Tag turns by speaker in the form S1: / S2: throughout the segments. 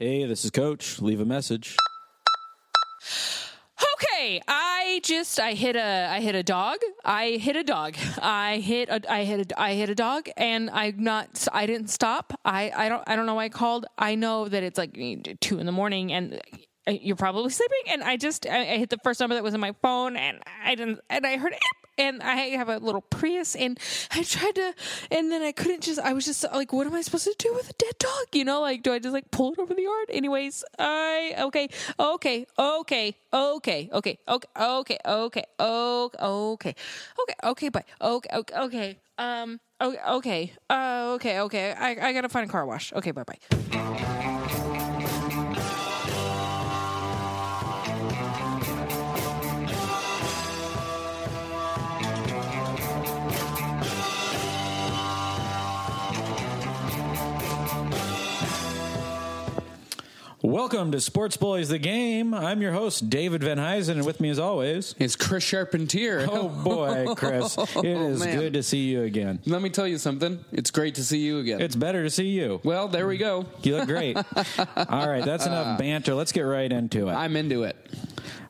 S1: Hey, this is Coach. Leave a message.
S2: Okay, I just I hit a I hit a dog. I hit a dog. I hit a I hit a I hit a dog, and I'm not I didn't stop. I I don't I don't know why I called. I know that it's like two in the morning, and uh, you're probably sleeping. And I just I, I hit the first number that was in my phone, and I didn't and I heard it and I have a little Prius, and I tried to, and then I couldn't just. I was just like, what am I supposed to do with a dead dog? You know, like, do I just like pull it over the yard? Anyways, I okay, okay, okay, okay, okay, okay, okay, okay, okay, okay, okay, okay, bye, okay, okay, okay, um, okay, okay, uh, okay, okay. I I gotta find a car wash. Okay, bye, bye.
S1: Welcome to Sports Boys the Game. I'm your host, David Van Huysen, and with me as always,
S3: It's Chris Charpentier.
S1: oh boy, Chris. It is
S3: man.
S1: good to see you again.
S3: Let me tell you something. It's great to see you again.
S1: It's better to see you.
S3: well, there we go.
S1: You look great. All right, that's enough banter. Let's get right into it.
S3: I'm into it.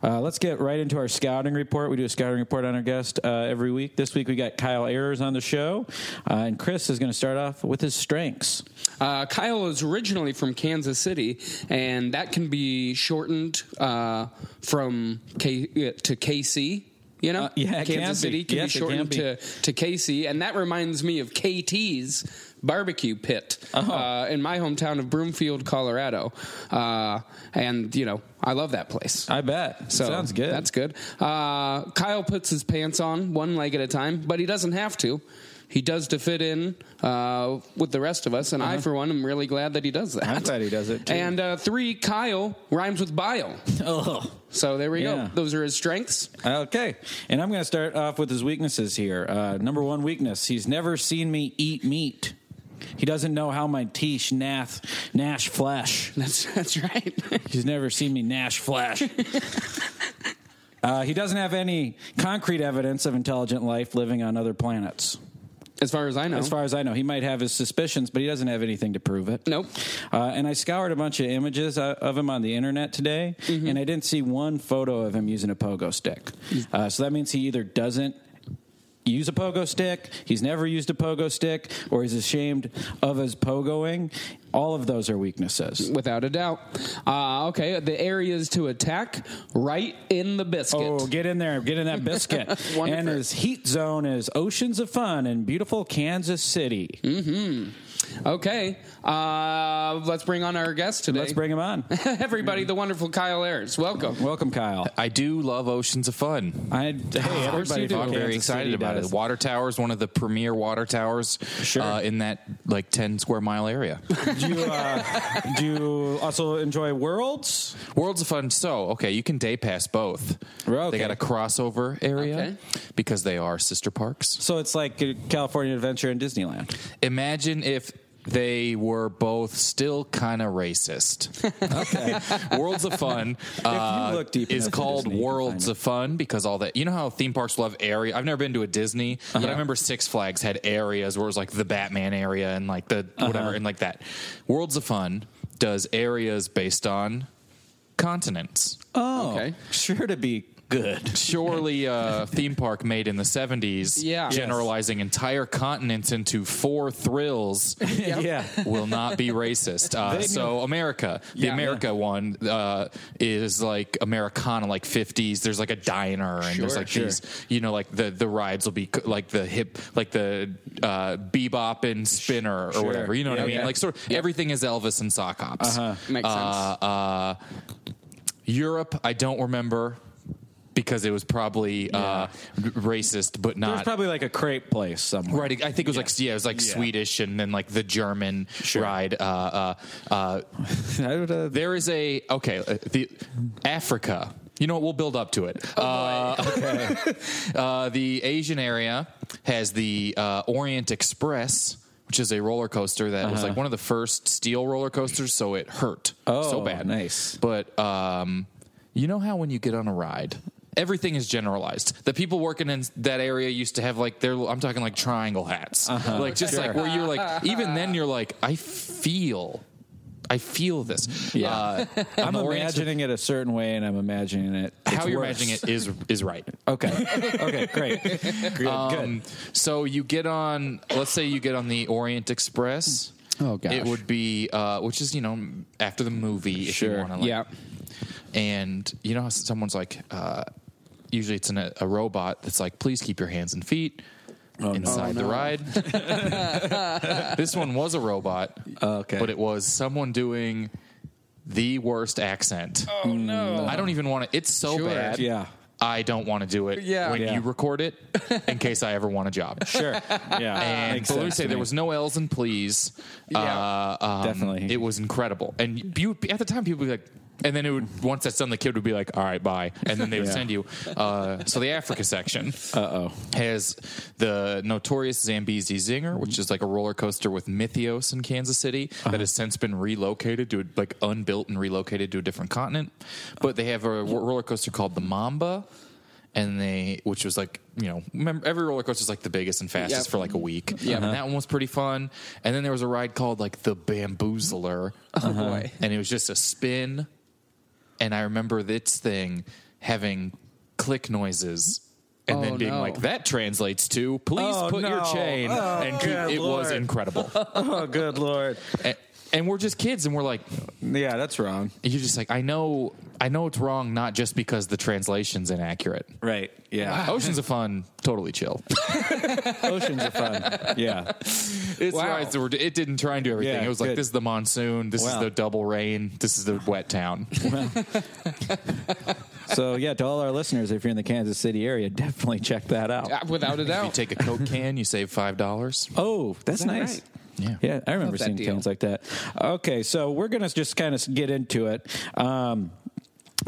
S1: Uh, let's get right into our scouting report. We do a scouting report on our guest uh, every week. This week we got Kyle Ayers on the show, uh, and Chris is going to start off with his strengths.
S3: Uh, Kyle is originally from Kansas City, and that can be shortened uh, from K uh, to KC. You know,
S1: Uh, yeah, it
S3: Kansas
S1: can be.
S3: City can
S1: Yes, it
S3: be
S1: can
S3: shortened
S1: be.
S3: to to KC, and that reminds me of KT's barbecue pit
S1: Uh-huh.
S3: uh, in my hometown of Broomfield, Colorado. Uh, and you know, I love that place.
S1: I bet.
S3: So
S1: Sounds good.
S3: That's good. Uh, Kyle puts his pants on one leg at a time, but he doesn't have to. He does to fit in uh, with the rest of us, and I, for one, am really glad that he does that.
S1: Uh-huh. I'm glad he does it, too.
S3: And uh, three, Kyle rhymes with bio.
S1: Oh.
S3: So there we
S1: Yeah.
S3: go. Those are his strengths.
S1: Okay, and I'm going to start off with his weaknesses here. Uh, number one weakness: he's never seen me eat meat. He doesn't know how my teeth nath, gnash flesh.
S3: That's that's right.
S1: He's never seen me gnash flesh. uh, he doesn't have any concrete evidence of intelligent life living on other planets.
S3: as far as I know.
S1: As far as I know, he might have his suspicions, but he doesn't have anything to prove it.
S3: Nope.
S1: Uh, and I scoured a bunch of images uh, of him on the internet today,
S3: Mm-hmm.
S1: and I didn't see one photo of him using a pogo stick.
S3: Mm.
S1: Uh, so that means he either doesn't use a pogo stick, he's never used a pogo stick, or he's ashamed of his pogoing. All of those are weaknesses.
S3: Without a doubt. Uh, okay, the areas to attack right in the biscuit.
S1: Oh, get in there, get in that biscuit.
S3: Wonderful.
S1: and his heat zone is oceans of fun in beautiful Kansas City.
S3: Okay, uh, let's bring on our guest today.
S1: Let's bring him on.
S3: everybody the wonderful Kyle Ayers. Welcome.
S1: Welcome, Kyle.
S4: I do love Oceans of Fun.
S1: I, hey, everybody,
S3: you do.
S1: from
S4: I'm very
S1: Kansas
S4: excited
S1: City
S4: about
S1: does.
S4: it. Water Tower is one of the premier water towers
S1: Sure.
S4: uh, in that like 10 square mile area.
S1: do you, uh, do you also enjoy worlds?
S4: Worlds of Fun. So, okay, you can day pass both.
S1: Right,
S4: They got
S1: okay.
S4: a crossover area
S3: Okay.
S4: because they are sister parks.
S1: So it's like a California Adventure and Disneyland.
S4: Imagine if they were both still kind of racist. Okay. Worlds of Fun uh,
S1: look deep
S4: is
S1: enough in
S4: called
S1: Disney, you can
S4: Worlds
S1: find it.
S4: of Fun because all that. You know how theme parks love area. I've never been to a Disney, but I remember Six Flags had areas where it was like the Batman area and like the
S1: Uh-huh.
S4: whatever and like that. Worlds of Fun does areas based on continents.
S1: Oh,
S3: Okay.
S1: sure to be good.
S4: Surely, a theme park made in the 70s,
S3: Yeah.
S4: generalizing entire continents into four thrills
S1: Yeah.
S4: will not be racist. Uh, so America, the
S3: Yeah.
S4: America one uh, is like Americana, like fifties. There's like a diner, and there's
S3: Sure,
S4: like
S3: sure.
S4: these, you know, like the the rides will be c- like the hip, like the uh, bebop and spinner or whatever. You know what I mean?
S3: Okay.
S4: Like sort of everything is Elvis and sock hops.
S3: Makes sense.
S4: Uh, Europe, I don't remember. Because it was probably uh, r- racist, but
S1: There's
S4: not
S1: probably like a crepe place somewhere.
S4: Right, I think it was like yeah, it was like
S1: Yeah.
S4: Swedish, and then like the German ride. Uh, uh, uh,
S1: I would, uh,
S4: there is a okay, uh, the Africa. You know what? We'll build up to it. uh, uh, the Asian area has the uh, Orient Express, which is a roller coaster that was
S1: Uh-huh.
S4: like one of the first steel roller coasters, so it hurt
S1: Oh,
S4: so bad.
S1: nice.
S4: But um, you know how when you get on a ride, everything is generalized. The people working in that area used to have like their I'm talking like
S1: Uh-huh.
S4: triangle hats, like just like where you're like even then you're like I feel I feel this. Uh,
S1: Yeah. I'm
S4: an Orient-
S1: imagining it a certain way, and I'm imagining it.
S4: how
S1: it's
S4: you're
S1: worse.
S4: imagining it is is right.
S1: Okay. Okay. Great. Good.
S4: Um, so you get on, let's say you get on the Orient Express.
S3: Oh, gosh.
S4: It would be, uh, which is, you know, after the movie, if you
S1: Sure.
S4: want to. Like,
S3: Yeah.
S4: And you know how someone's like, uh, usually it's in a, a robot that's like, please keep your hands and feet
S3: Oh,
S4: inside the ride. this one was a robot.
S1: Okay.
S4: But it was someone doing the worst accent.
S3: Oh no.
S4: I don't even want to. It's so
S3: Sure.
S4: bad.
S1: Yeah.
S4: I don't want to do it
S3: Yeah.
S4: when
S1: Yeah.
S4: you record it in case I ever want a job.
S1: Sure. Yeah.
S4: And
S1: Makes
S4: but let me
S1: sense
S4: say
S1: to
S4: there
S1: me.
S4: was no L's and please.
S3: Yeah.
S4: Uh, um,
S1: Definitely.
S4: It was incredible. And you, at the time, people would be like, and then it would once that's done, the kid would be like, "All right, bye," and then they would
S1: Yeah.
S4: send you. Uh, so the Africa section has the notorious Zambezi Zinger, which is like a roller coaster with Mythios in Kansas City that has since been relocated to like unbuilt and relocated to a different continent. But they have a ro- roller coaster called the Mamba. And they, which was like, you know, remember every roller coaster is like the biggest and fastest
S3: Yep.
S4: for like a week. Yeah, and that one was pretty fun. And then there was a ride called like the Bamboozler. Oh
S3: boy.
S4: And it was just a spin and I remember this thing having click noises and
S3: Oh,
S4: then being
S3: no.
S4: like, that translates to please
S1: Oh,
S4: put your
S1: no.
S4: chain.
S1: Oh,
S4: and keep,
S1: good
S4: it was
S1: Lord.
S4: incredible.
S1: Oh, good lord.
S4: and, and we're just kids and we're like,
S1: Yeah, that's wrong.
S4: you're just like, I know, I know it's wrong, not just because the translation's inaccurate.
S1: Right. Yeah.
S4: Oceans of Fun, totally chill.
S1: Oceans are fun. Yeah.
S4: It's
S3: Wow.
S4: rides that were, it didn't try and do everything.
S1: Yeah,
S4: it was like,
S1: good.
S4: this is the monsoon, this is
S1: Wow.
S4: the double rain, this is the wet town.
S1: So yeah, to all our listeners, if you're in the Kansas City area, definitely check that out.
S3: Uh, Without a
S4: you
S3: doubt.
S4: take a Coke can, you save $5.
S1: Oh, that's
S3: that
S1: nice.
S3: right?
S4: Yeah.
S1: Yeah, I remember
S3: Love that
S1: seeing
S3: deal.
S1: cans like that. Okay, so we're going to just kind of get into it. Um,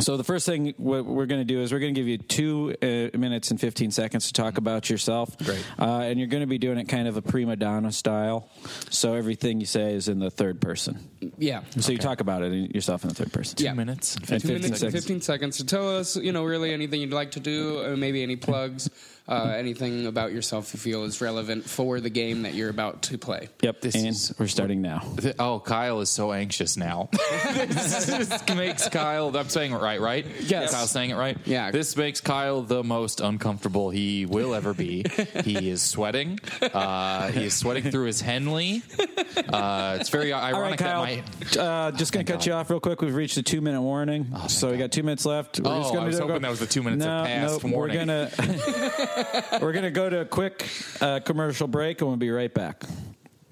S1: so the first thing what we're going to do is we're going to give you two uh, minutes and 15 seconds to talk about yourself.
S4: Great.
S1: Uh, and you're going to be doing it kind of a prima donna style. So everything you say is in the third person.
S3: Yeah.
S1: So you talk about it in- yourself in the third person.
S4: Two
S3: Yeah.
S4: minutes and
S1: And
S3: Two
S1: 15
S3: minutes and
S1: seconds.
S3: 15 seconds to tell us, you know, really anything you'd like to do, uh, maybe any plugs, uh, anything about yourself you feel is relevant for the game that you're about to play.
S1: Yep.
S4: This
S1: and
S4: is-
S1: we're starting now.
S4: Th- Oh, Kyle is so anxious now. this makes Kyle. I'm saying it right, right?
S3: Yes.
S4: Kyle's saying it right.
S3: Yeah.
S4: This makes Kyle the most uncomfortable he will ever be. he is sweating. Uh, he is sweating through his Henley. Uh, it's very
S1: All right,
S4: ironic
S1: Kyle.
S4: that my.
S1: uh, just going to cut you off real quick. We've reached the two minute warning, so we got two minutes left. We're
S4: Oh,
S1: just
S4: I
S1: gonna
S4: was
S1: do-
S4: hoping that was the two minutes
S1: no,
S4: of past
S1: no,
S4: warning.
S1: We're gonna we're gonna go to a quick uh, commercial break, and we'll be right back.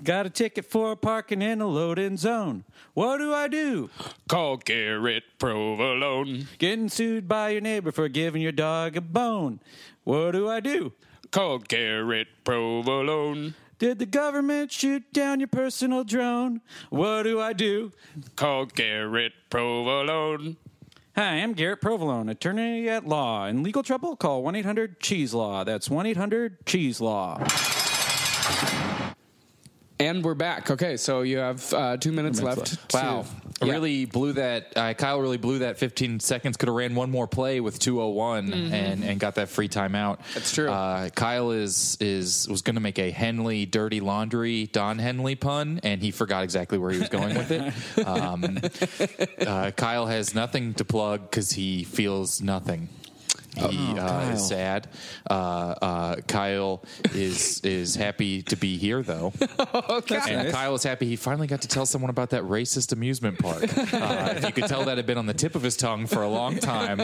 S1: Got a ticket for parking in a loading zone. What do I do?
S3: Call Garrett Provolone.
S1: Getting sued by your neighbor for giving your dog a bone. What do I do?
S3: Call Garrett Provolone.
S1: Did the government shoot down your personal drone? What do I do?
S3: Call Garrett Provolone.
S1: Hi, I'm Garrett Provolone, attorney at law. In legal trouble, call 1 800 Cheese Law. That's 1 800 Cheese Law.
S3: And we're back. Okay, so you have uh, two minutes, left.
S4: Wow.
S3: to- Yeah.
S4: Really blew that. Uh, Kyle really blew that 15 seconds. Could have ran one more play with 201 and, and got that free timeout.
S3: That's true.
S4: Uh, Kyle is is was going to make a Henley dirty laundry Don Henley pun, and he forgot exactly where he was going with it. Um, uh, Kyle has nothing to plug because he feels nothing. He uh,
S1: Kyle.
S4: is sad. Uh, uh, Kyle is is happy to be here though. And
S1: nice.
S4: Kyle was happy he finally got to tell someone about that racist amusement park. Uh, if you could tell that had been on the tip of his tongue for a long time,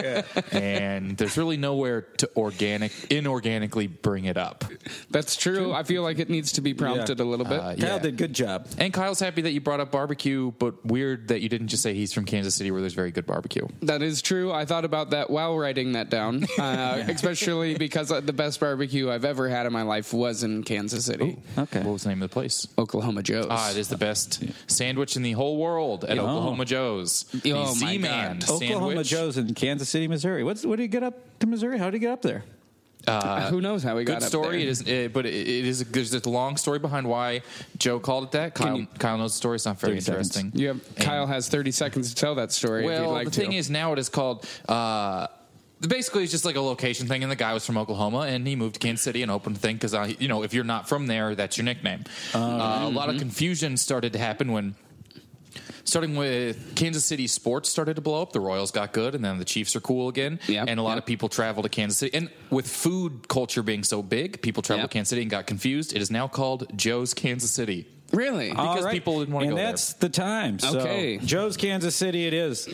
S4: and there's really nowhere to organic, inorganically bring it up.
S3: That's true. I feel like it needs to be prompted
S1: Yeah.
S3: a little bit.
S1: Kyle did good job.
S4: And Kyle's happy that you brought up barbecue, but weird that you didn't just say he's from Kansas City where there's very good barbecue.
S3: That is true. I thought about that while writing that down, uh, especially because uh, the best barbecue I've ever had in my life was in Kansas City,
S1: Okay.
S4: What was the name of the place?
S3: Oklahoma Joe's.
S4: Ah, it is the best sandwich in the whole world at Oklahoma Joe's. The
S3: Oh, my
S4: Z-Man
S3: God.
S4: sandwich.
S1: Oklahoma Joe's in Kansas City, Missouri. What's, what did he get up to Missouri? How did he get up there?
S3: Who knows how we got
S4: Uh, good
S3: up
S4: story.
S3: there.
S4: It is, it, but it, it is. There's a long story behind why Joe called it that. Kyle,
S3: you-
S4: Kyle knows the story. It's not very
S1: 30 seconds.
S4: interesting.
S3: You have, Kyle has 30 seconds to tell that story if
S4: Well,
S3: you'd like
S4: the thing
S3: to.
S4: is, now it is called. Uh, Basically, it's just like a location thing, and the guy was from Oklahoma, and he moved to Kansas City and opened the thing because, you know, if you're
S3: Oh, Mm-hmm.
S4: Uh, not from there, that's your nickname. uh, A lot of confusion started to happen when starting with Kansas City sports started to blow up. The Royals got good, and then the Chiefs are cool again.
S3: Yep,
S4: and a lot
S3: yep.
S4: of people travel to Kansas City. And with food culture being so big, people traveled
S3: Yep.
S4: to Kansas City and got confused. It is now called Joe's Kansas City.
S3: Really?
S4: Because people didn't wanna
S1: and
S4: go there.
S1: that's the time. So
S3: Okay.
S1: Joe's Kansas City it is.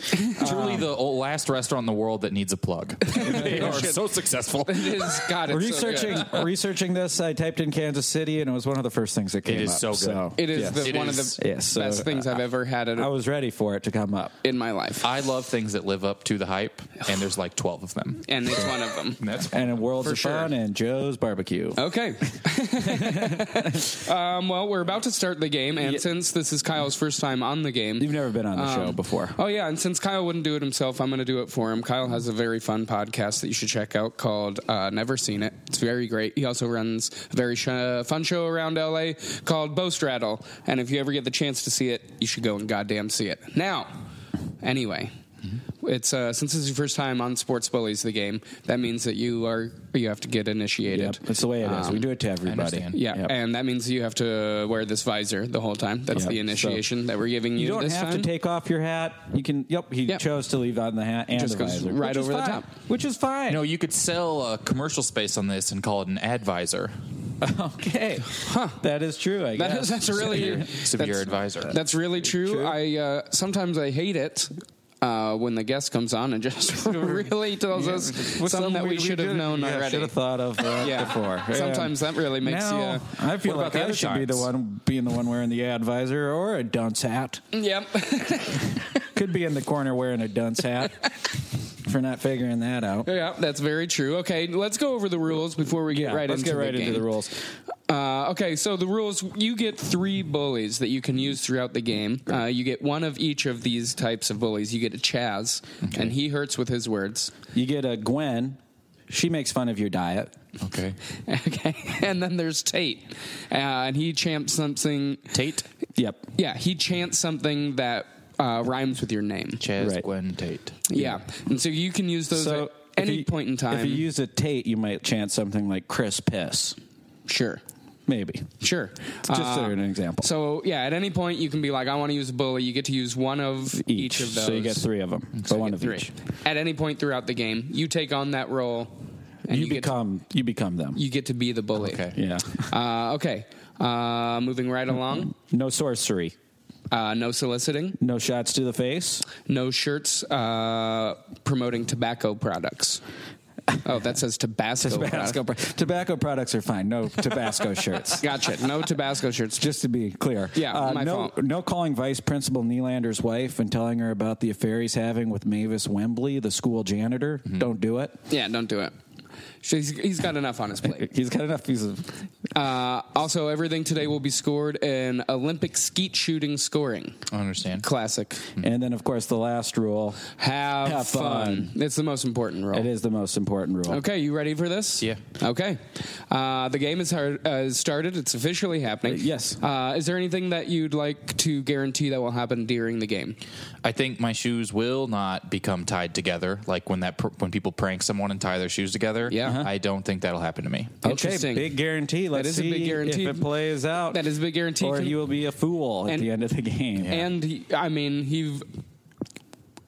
S4: Truly the o- last restaurant in the world that needs a plug. they are so successful.
S3: it is God. It's so good.
S1: researching researching this, I typed in Kansas City and it was one of the first things that came
S4: is
S1: up.
S4: so good.
S3: It is
S1: yes.
S3: the,
S4: It
S3: one
S4: is. uh,
S3: of the
S1: Yes, so,
S3: best things I've ever had at,
S1: I was ready for it to come up.
S3: in my life,
S4: I love things that live up to the hype, and there's like 12 of them.
S3: and it's one of them.
S4: That's
S1: And in Worlds
S3: For
S1: of Fun
S3: sure. Uh,
S1: and Joe's Barbecue.
S3: Okay. um, well, we're about to start the game, and since this is Kyle's first time on the game,
S1: You've never been on the
S3: um,
S1: show before.
S3: Oh yeah, and since Kyle wouldn't do it himself, I'm going to do it for him. Kyle has a very fun podcast that you should check out called uh, Never Seen It. It's very great. He also runs a very sh- uh, fun show around LA called Bo Straddle, and if you ever get the chance to see it, you should go and goddamn see it. Now, anyway. It's uh, since this is your first time on Sports Bullies, the game. That means that you are you have to get initiated. Um,
S1: Yep, that's the way it Um, is. we do it to everybody.
S4: understand.
S3: Yeah,
S1: Yep.
S3: and that means you have to wear this visor the whole time. That's
S1: Yep.
S3: the initiation that we're giving you.
S1: you don't
S3: this
S1: have
S3: time.
S1: to take off your hat. You can. Yep, he
S3: Yep.
S1: chose to leave on the hat and
S3: Just
S1: the
S3: goes
S1: visor,
S3: right
S1: which is
S3: over the
S1: fine,
S3: top.
S1: which is fine.
S4: No, you could sell a commercial space on this and call it an advisor.
S1: okay, that is true. I
S3: That
S1: guess
S3: is, that's really
S4: Severe
S3: that's-
S4: advisor.
S3: That's really true. I uh, sometimes I hate it. Uh, when the guest comes on and just really tells us something that we should have known already.
S1: Should have thought of uh,
S3: Yeah.
S1: before.
S3: Sometimes that really makes
S1: now,
S3: you, uh,
S1: I feel
S4: What about
S1: like
S4: the
S1: I
S4: other
S1: should be the
S4: times?
S1: one being the one wearing the advisor or a dunce hat.
S3: Yep.
S1: Could be in the corner wearing a dunce hat for not figuring that out.
S3: yeah, that's very true. Okay, let's go over the rules before we get
S1: Yeah,
S3: right
S1: let's
S3: into
S1: get right
S3: the
S1: into
S3: game.
S1: the rules.
S3: Uh, okay, so the rules you get three bullies that you can use throughout the game. Uh, you get one of each of these types of bullies. You get a Chaz, and he hurts with his words.
S1: You get a Gwen. She makes fun of your diet.
S4: Okay.
S3: Okay, and then there's Tate, uh, and he chants something.
S4: Tate,
S1: Yep.
S3: Yeah, he chants something that uh, rhymes with your name.
S4: Chaz,
S1: Right.
S4: Gwen, Tate.
S3: Yeah, and so you can use those at
S1: if
S3: any
S1: you-
S3: point in time.
S1: If you use a Tate, you might chant something like Chris Piss.
S3: sure,
S1: Maybe.
S3: sure. Uh,
S1: Just so an example.
S3: So yeah, at any point you can be like, I want to use a bully. You get to use one of each,
S1: each.
S3: of those.
S1: So you get three of them. So one of
S3: three.
S1: each.
S3: At any point throughout the game, you take on that role. And
S1: You,
S3: get to-
S1: become you become them.
S3: you get to be the bully.
S4: Okay.
S1: yeah.
S3: Uh, okay. Uh, moving right along.
S1: No sorcery.
S3: Uh, no soliciting.
S1: No shots to the face.
S3: No shirts uh, promoting tobacco products. Oh, that says Tabasco.
S1: Tabasco,
S3: product.
S1: pro- tobacco products are fine. No Tabasco shirts.
S3: Gotcha. No Tabasco shirts. Just
S1: Just to be clear,
S3: Yeah,
S1: Uh,
S3: my
S1: no,
S3: fault.
S1: no calling Vice Principal Nylander's wife and telling her about the affair he's having with Mavis Wembley, the school janitor.
S3: Mm-hmm.
S1: Don't do it.
S3: yeah. Don't do it. He's, he's got enough on his plate.
S1: He's got enough. He's a,
S3: Uh, also, everything today will be scored in Olympic skeet shooting scoring.
S4: I understand.
S3: Classic.
S1: And then, of course, the last rule.
S3: Have,
S1: Have
S3: fun.
S1: fun.
S3: It's the most important role.
S1: It is the most important rule.
S3: Oh. Okay, you ready for this?
S4: Yeah.
S3: Okay. Uh, the game is hard, uh, is started. It's officially happening.
S1: yes.
S3: Uh, is there anything that you'd like to guarantee that will happen during the game?
S4: I think my shoes will not become tied together, like when that pr- when people prank someone and tie their shoes together.
S3: Yeah. Uh-huh.
S4: I don't think that'll happen to me.
S1: Okay,
S3: Interesting.
S1: big guarantee. Let's
S3: is a
S1: see
S3: big guarantee.
S1: if it plays out.
S3: That is a big guarantee.
S1: Or he will be a fool at
S3: And-
S1: the end of the game.
S3: And he, I mean, he.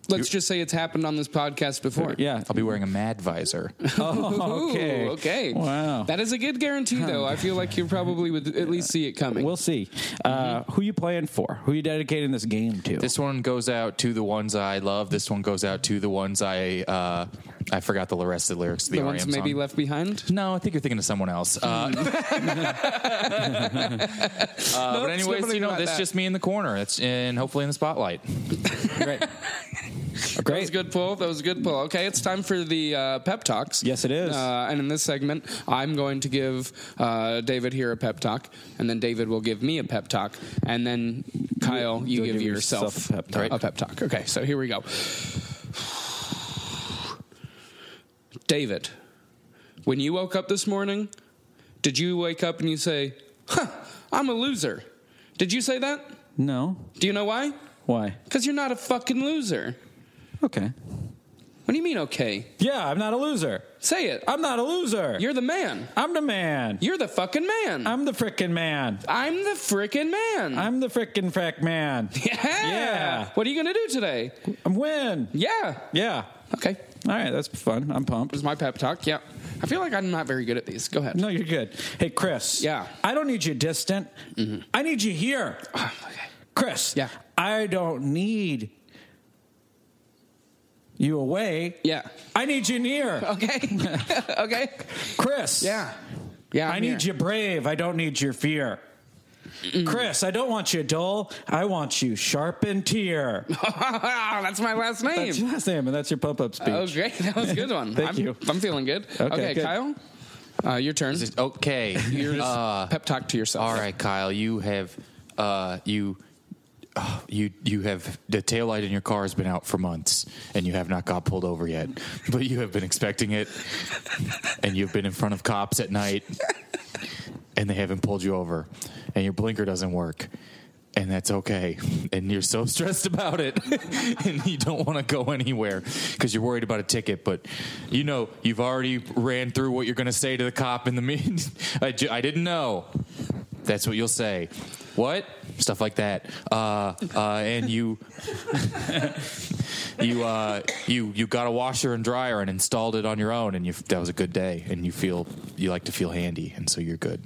S3: Let's just say it's happened on this podcast before.
S1: Yeah.
S4: I'll be wearing a mad visor.
S1: Oh, okay.
S3: Ooh, okay.
S1: Wow.
S3: That is a good guarantee, though. I feel like you probably would at least see it coming.
S1: We'll see. Uh,
S3: Mm-hmm.
S1: who you playing for? Who you dedicating this game to?
S4: This one goes out to the ones I love. This one goes out to the ones I uh, I forgot the rest of the lyrics. Of the,
S3: the ones
S4: R.E.M.
S3: maybe
S4: song.
S3: left behind.
S4: No, I think you're thinking of someone else. Uh, uh, but anyways,
S3: nobody
S4: you know,
S3: about
S4: that's
S3: that.
S4: just me in the corner. That's and hopefully in the spotlight.
S1: Great.
S3: That was a
S1: Great.
S3: good pull. That was a good pull. Okay, it's time for the uh, pep talks.
S1: Yes, it is.
S3: Uh, and in this segment, I'm going to give uh, David here a pep talk, and then David will give me a pep talk, and then Kyle, you
S1: You'll
S3: give,
S1: give
S3: yourself,
S1: yourself a pep talk.
S3: a pep talk. Okay, so here we go. David, when you woke up this morning, did you wake up and you say, "Huh, I'm a loser"? Did you say that?
S1: No.
S3: Do you know why?
S1: Why?
S3: Because you're not a fucking loser.
S1: Okay.
S3: What do you mean, okay?
S1: Yeah, I'm not a loser.
S3: Say it.
S1: I'm not a loser.
S3: You're the man.
S1: I'm the man.
S3: You're the fucking man.
S1: I'm the frickin' man.
S3: I'm the freaking man.
S1: I'm the frickin' frack man.
S3: yeah.
S1: Yeah.
S3: What are you gonna do today?
S1: I'm win.
S3: Yeah.
S1: Yeah.
S3: Okay.
S1: All right, that's fun. I'm pumped.
S3: This is my pep talk. Yeah. I feel like I'm not very good at these. Go ahead.
S1: No, you're good. Hey, Chris.
S3: Yeah. Mm-hmm.
S1: I don't need you distant. I need you here.
S3: Oh, okay.
S1: Chris.
S3: Yeah.
S1: I don't need you away.
S3: Yeah.
S1: I need you near.
S3: Okay. okay.
S1: Chris.
S3: Yeah. Yeah.
S1: i
S3: I'm
S1: need you
S3: here.
S1: brave. I don't need your fear. Chris, I don't want you dull. I want you sharp and tear.
S3: That's my last name.
S1: That's your last name, and that's your pump up speech.
S3: Oh, great. That was a good one.
S1: Thank
S3: I'm,
S1: you.
S3: I'm feeling good.
S1: Okay,
S3: Okay,
S1: good.
S3: Kyle, uh, your turn.
S4: Okay.
S3: Your
S4: Uh,
S3: pep talk to yourself.
S4: All right, Kyle, you have uh, you uh, you you have the tail light in your car has been out for months and you have not got pulled over yet, but you have been expecting it, and you've been in front of cops at night, and they haven't pulled you over, and your blinker doesn't work. And that's okay. And you're so stressed about it. and you don't want to go anywhere because you're worried about a ticket. But you know, you've already ran through what you're going to say to the cop in the meeting. I, ju- I didn't know. That's what you'll say. What? Stuff like that. Uh, uh, and you, you, uh, you, you got a washer and dryer and installed it on your own, and you that was a good day, and you feel you like to feel handy, and so you're good.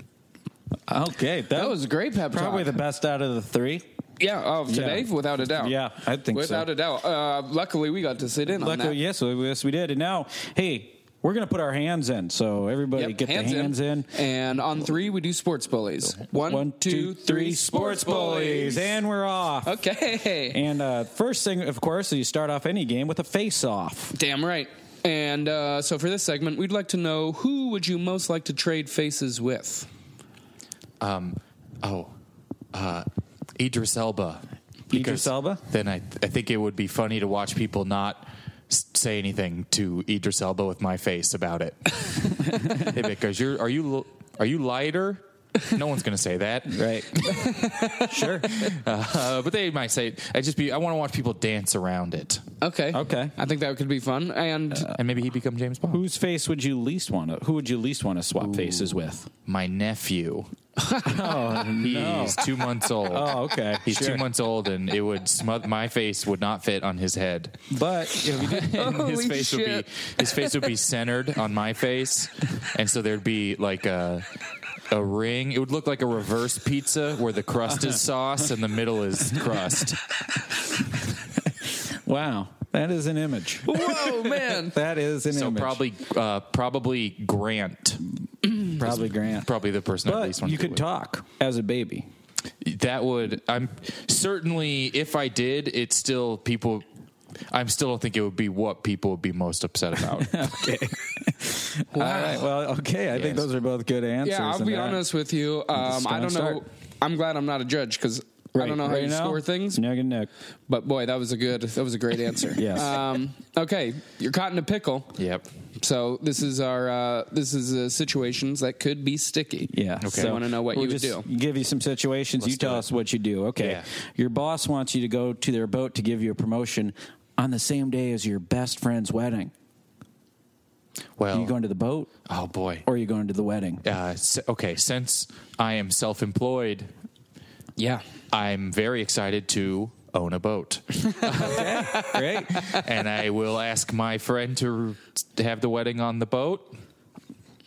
S1: Okay, that,
S3: was a great pep
S1: Probably
S3: talk.
S1: the best out of the three.
S3: Yeah, of today,
S1: Yeah.
S3: without a doubt.
S1: Yeah, I think so.
S3: without a doubt. Uh, luckily, we got to sit in on
S1: Luckily,
S3: that.
S1: yes, we- yes, we did. And now, hey, we're gonna put our hands in. So everybody,
S3: Yep,
S1: get the hands in.
S3: And on three, we do sports bullies. One, two, three, sports bullies.
S1: and we're off.
S3: okay.
S1: And uh, first thing, of course, you start off any game with a face-off.
S3: Damn right. And uh, so for this segment, we'd like to know who would you most like to trade faces with?
S4: Um, oh, uh, Idris Elba. Because
S1: Elba?
S4: Then I, I think it would be funny to watch people not s- say anything to Idris Elba with my face about it. Hey, because you're, are you, l- are you lighter? No one's going to say that.
S1: Right. sure.
S4: Uh, but they might say, I just be, I want to watch people dance around it.
S3: Okay.
S1: Okay. Uh,
S3: I think that could be fun. And
S4: And maybe he become James Bond.
S1: Whose face would you least want to? Who would you least want to swap faces with?
S4: My nephew.
S1: Oh no.
S4: He's two months old.
S1: Oh, okay.
S4: He's
S1: Sure.
S4: two months old, and it would smoth- my face would not fit on his head.
S1: But
S4: and his
S3: Holy
S4: face would
S3: shit.
S4: be his face would be centered on my face, and so there'd be like a a ring. It would look like a reverse pizza where the crust is sauce and the middle is crust.
S1: wow, that is an image.
S3: whoa, man.
S1: That is an
S4: So
S1: image.
S4: probably uh, probably Grant,
S1: probably Grant.
S4: probably the person I least
S1: But
S4: want
S1: you
S4: to be
S1: could
S4: with.
S1: talk as a baby.
S4: That would I'm certainly if I did, it's still people. I still don't think it would be what people would be most upset about.
S1: All right. Well, okay. I think
S4: Yes.
S1: those are both good answers.
S3: Yeah, I'll
S1: and
S3: be
S1: that-
S3: honest with you. Um, I
S1: Start,
S3: don't know.
S1: start.
S3: I'm glad I'm not a judge because I don't know how
S1: Right
S3: you
S1: now,
S3: score things.
S1: Neck and neck.
S3: But boy, that was a good. That was a great answer.
S1: Yes.
S3: Um, okay, you're caught in a pickle.
S4: yep.
S3: So this is our. Uh, this is uh, situations that could be sticky.
S1: Yeah.
S4: Okay.
S1: So
S4: I
S3: wanna know what
S1: we'll
S3: you would
S1: just
S3: do.
S1: Give you some situations. you
S4: do
S1: tell
S4: it.
S1: us what you do. Okay.
S4: Yeah.
S1: Your boss wants you to go to their boat to give you a promotion on the same day as your best friend's wedding.
S4: Well,
S1: Are you going to the boat
S4: oh boy.
S1: or are you going to the wedding?
S4: uh, s- okay, since I am self employed,
S3: Yeah.
S4: I'm very excited to own a boat.
S1: Great.
S4: and I will ask my friend to to have the wedding on the boat.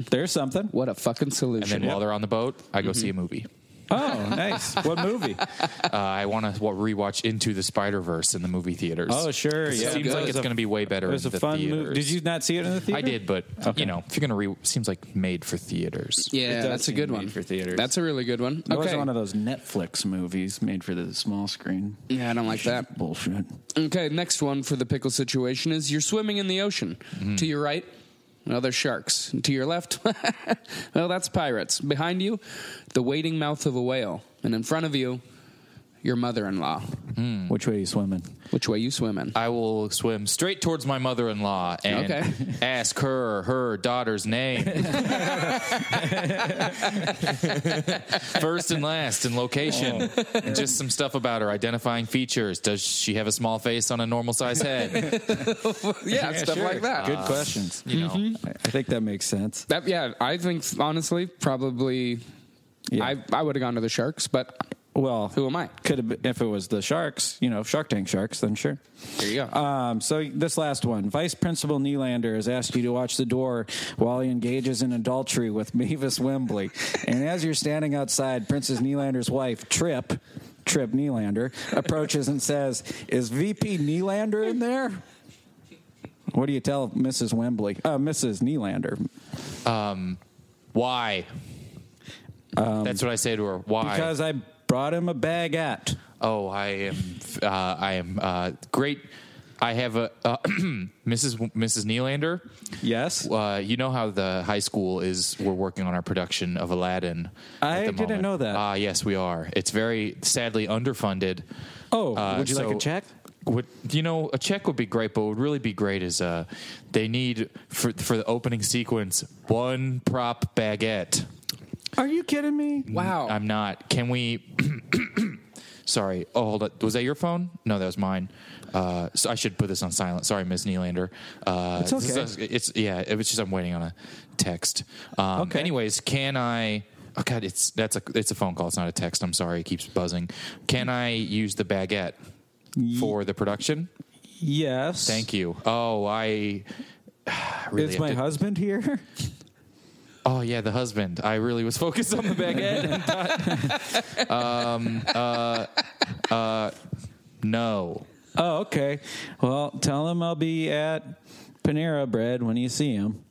S1: There's something.
S3: What a fucking
S4: And
S3: solution.
S4: then while they're on the boat, I go
S1: Mm-hmm.
S4: see a movie.
S1: Oh, nice. What movie?
S4: Uh, I want to rewatch Into the Spider Verse in the movie theaters.
S1: Oh, sure.
S4: It
S1: Yeah.
S4: seems
S1: It
S4: like
S1: was
S4: it's
S1: a-
S4: going to be way better.
S1: It was
S4: in
S1: a
S4: the
S1: fun
S4: theaters.
S1: movie. Did you not see it in the theater?
S4: I did, but
S1: Okay.
S4: you know, if you're going to re, seems like made for theaters.
S1: It
S3: yeah,
S1: does
S3: that's a
S1: seem
S3: good
S1: made
S3: one
S1: for theaters.
S3: That's a really good one.
S1: It was
S3: okay.
S1: one of those Netflix movies made for the small screen.
S3: yeah, I don't like that.
S1: Bullshit.
S3: Okay, next one for the pickle situation is you're swimming in the ocean.
S1: Mm-hmm.
S3: To your right, another sharks. And to your left, well, that's pirates. Behind you, the waiting mouth of a whale. And in front of you, your mother-in-law.
S4: Hmm.
S1: Which way are you swimming?
S3: Which way you swimming?
S4: I will swim straight towards my mother-in-law and
S3: Okay.
S4: ask her her daughter's name, first and last, and location,
S3: Oh.
S4: and just some stuff about her, identifying features. Does she have a small face on a normal-sized head?
S3: yeah, stuff
S1: sure.
S3: like that.
S1: Good questions.
S4: You know,
S1: I I think that makes sense.
S3: That yeah, I think honestly, probably.
S1: Yeah.
S3: I I would have gone to the sharks, but
S1: Well,
S3: Who am I?
S1: Could have been, if it was the sharks, you know, Shark Tank sharks, then sure.
S3: there you go. Uh,
S1: Um, so this last one, Vice Principal Nylander has asked you to watch the door while he engages in adultery with Mavis Wembley, and as you're standing outside, Princess Nylander's wife, Trip. Trip Nylander approaches and says, "Is VP Nylander in there?" What do you tell Mrs. Wembley? Uh, Mrs. Nylander,
S4: why? That's what I say to her. Why?
S1: Um, because I brought him a baguette.
S4: Oh, I am. Uh, I am uh, great. I have a uh, Mrs. W- Mrs. Nylander.
S1: Yes,
S4: Uh, you know how the high school is. We're working on our production of Aladdin.
S1: I didn't know that.
S4: Ah, yes, we are. It's very sadly underfunded.
S1: Oh,
S4: Uh,
S1: would you like a check?
S4: Would you know a check would be great, but what would really be great is uh, they need for for the opening sequence one prop baguette.
S1: Are you kidding me?
S3: wow.
S4: I'm not. Can we? Sorry. Oh, hold on. Was that your phone? No, that was mine. Uh, so I should put this on silent. Sorry, Ms. Nylander. Uh,
S1: It's
S4: this is-
S1: okay.
S4: it's yeah. It was just I'm waiting on a text. Um,
S1: Okay.
S4: Anyways, can I? Oh God, it's that's a it's a phone call. It's not a text. I'm sorry. It keeps buzzing. Can I use the baguette for the production?
S1: Yes.
S4: Thank you. Oh, I. Really
S1: Is
S4: have
S1: my
S4: to-
S1: husband here?
S4: Oh yeah, the husband. I really was focused on the baguette. And thought, um, uh, uh, no.
S1: Oh, okay. Well, tell him I'll be at Panera Bread when you see him.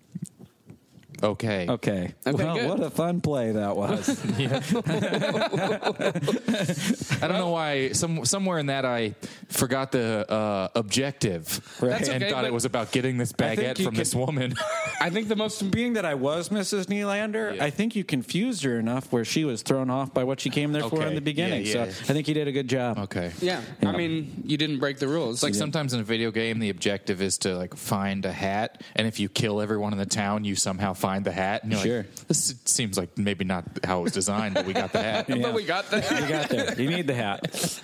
S4: Okay.
S1: Okay.
S3: Okay,
S1: well,
S3: good.
S1: what a fun play that was.
S4: I don't know why. Some somewhere in that I forgot the uh, objective
S3: That's
S4: and
S3: okay,
S4: thought
S3: but-
S4: it was about getting this
S1: I think
S4: baguette
S1: you
S4: from this
S1: can-
S4: woman.
S3: I think the most
S1: Being that I was Mrs. Nylander,
S4: Yeah.
S1: I think you confused her enough where she was thrown off by what she came there for
S4: Okay.
S1: in the beginning.
S4: Yeah, yeah.
S1: So I think you did a good job.
S4: okay.
S3: yeah. I mean, you didn't break the rules.
S4: It's like sometimes in a video game, the objective is to like find a hat, and if you kill everyone in the town, you somehow find the hat. And you're
S1: Sure.
S4: Like, this seems like maybe not how it was designed, but we got the hat.
S1: Yeah.
S3: but we got that.
S1: You got there. You need the hat.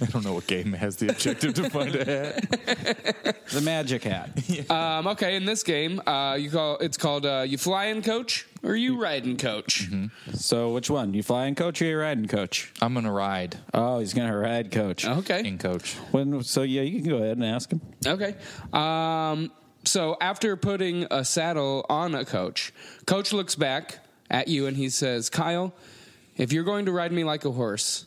S4: I don't know what game has the objective to find a hat.
S1: The magic hat.
S3: Um, okay, in this game, uh, you call it's called uh, you flying coach or you riding coach.
S1: So which one? You flying coach or you riding coach?
S4: I'm gonna ride
S1: Oh, he's gonna ride coach.
S3: Okay,
S4: in coach.
S1: When, so yeah, you can go ahead and ask him.
S3: okay. Um, so after putting a saddle on a coach, coach looks back at you and he says, "Kyle, if you're going to ride me like a horse,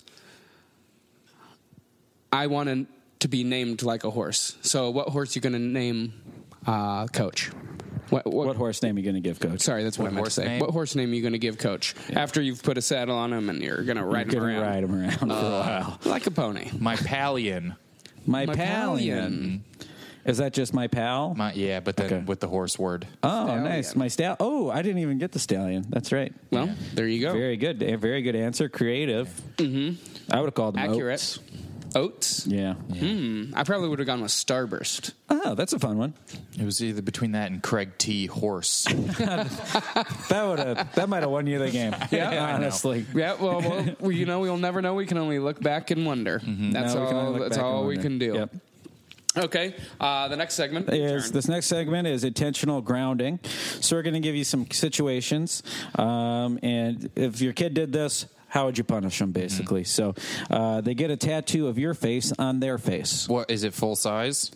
S3: I want to- to be named like a horse. So what horse you going to name, uh, coach? What, what,
S1: What horse name are you gonna give coach?
S3: Sorry, that's what, I meant to
S4: horse
S3: say.
S4: name?
S3: What horse name are you going to give Coach after you've put a saddle on him and you're going to ride
S1: Gonna
S3: him around
S1: ride him around for a while.
S3: like a pony?
S4: My pallion.
S1: My,
S3: My
S1: pallion. Is that just my pal?
S4: My yeah, but then
S1: Okay.
S4: with the horse word.
S1: oh, nice.
S3: stallion.
S1: My stallion. Oh, I didn't even get the stallion. That's right.
S3: Well, there you go.
S1: Very good. A Very good answer. Creative. Mm-hmm. I would have called them
S3: Accurate.
S1: oats.
S3: Oats.
S1: Yeah.
S3: Hmm, I probably would have gone with Starburst.
S1: Oh, that's a fun one.
S4: It was either between that and Craig T. Horse.
S1: That would have. that might have won you the game.
S3: Yeah, I know.
S1: honestly.
S3: Yeah, well, well we, you know, we'll never know. We can only look back and wonder. That's
S1: No, Mm-hmm. we can only
S3: all.
S1: look
S3: That's
S1: back and
S3: all we
S1: wonder.
S3: can do.
S1: Yep.
S3: Okay, uh, the next segment.
S1: is
S3: Turn.
S1: this next segment is intentional grounding. So we're going to give you some situations, um, and if your kid did this, how would you punish them? Basically,
S3: Mm-hmm.
S1: so uh, they get a tattoo of your face on their face,
S4: what is it? Full size?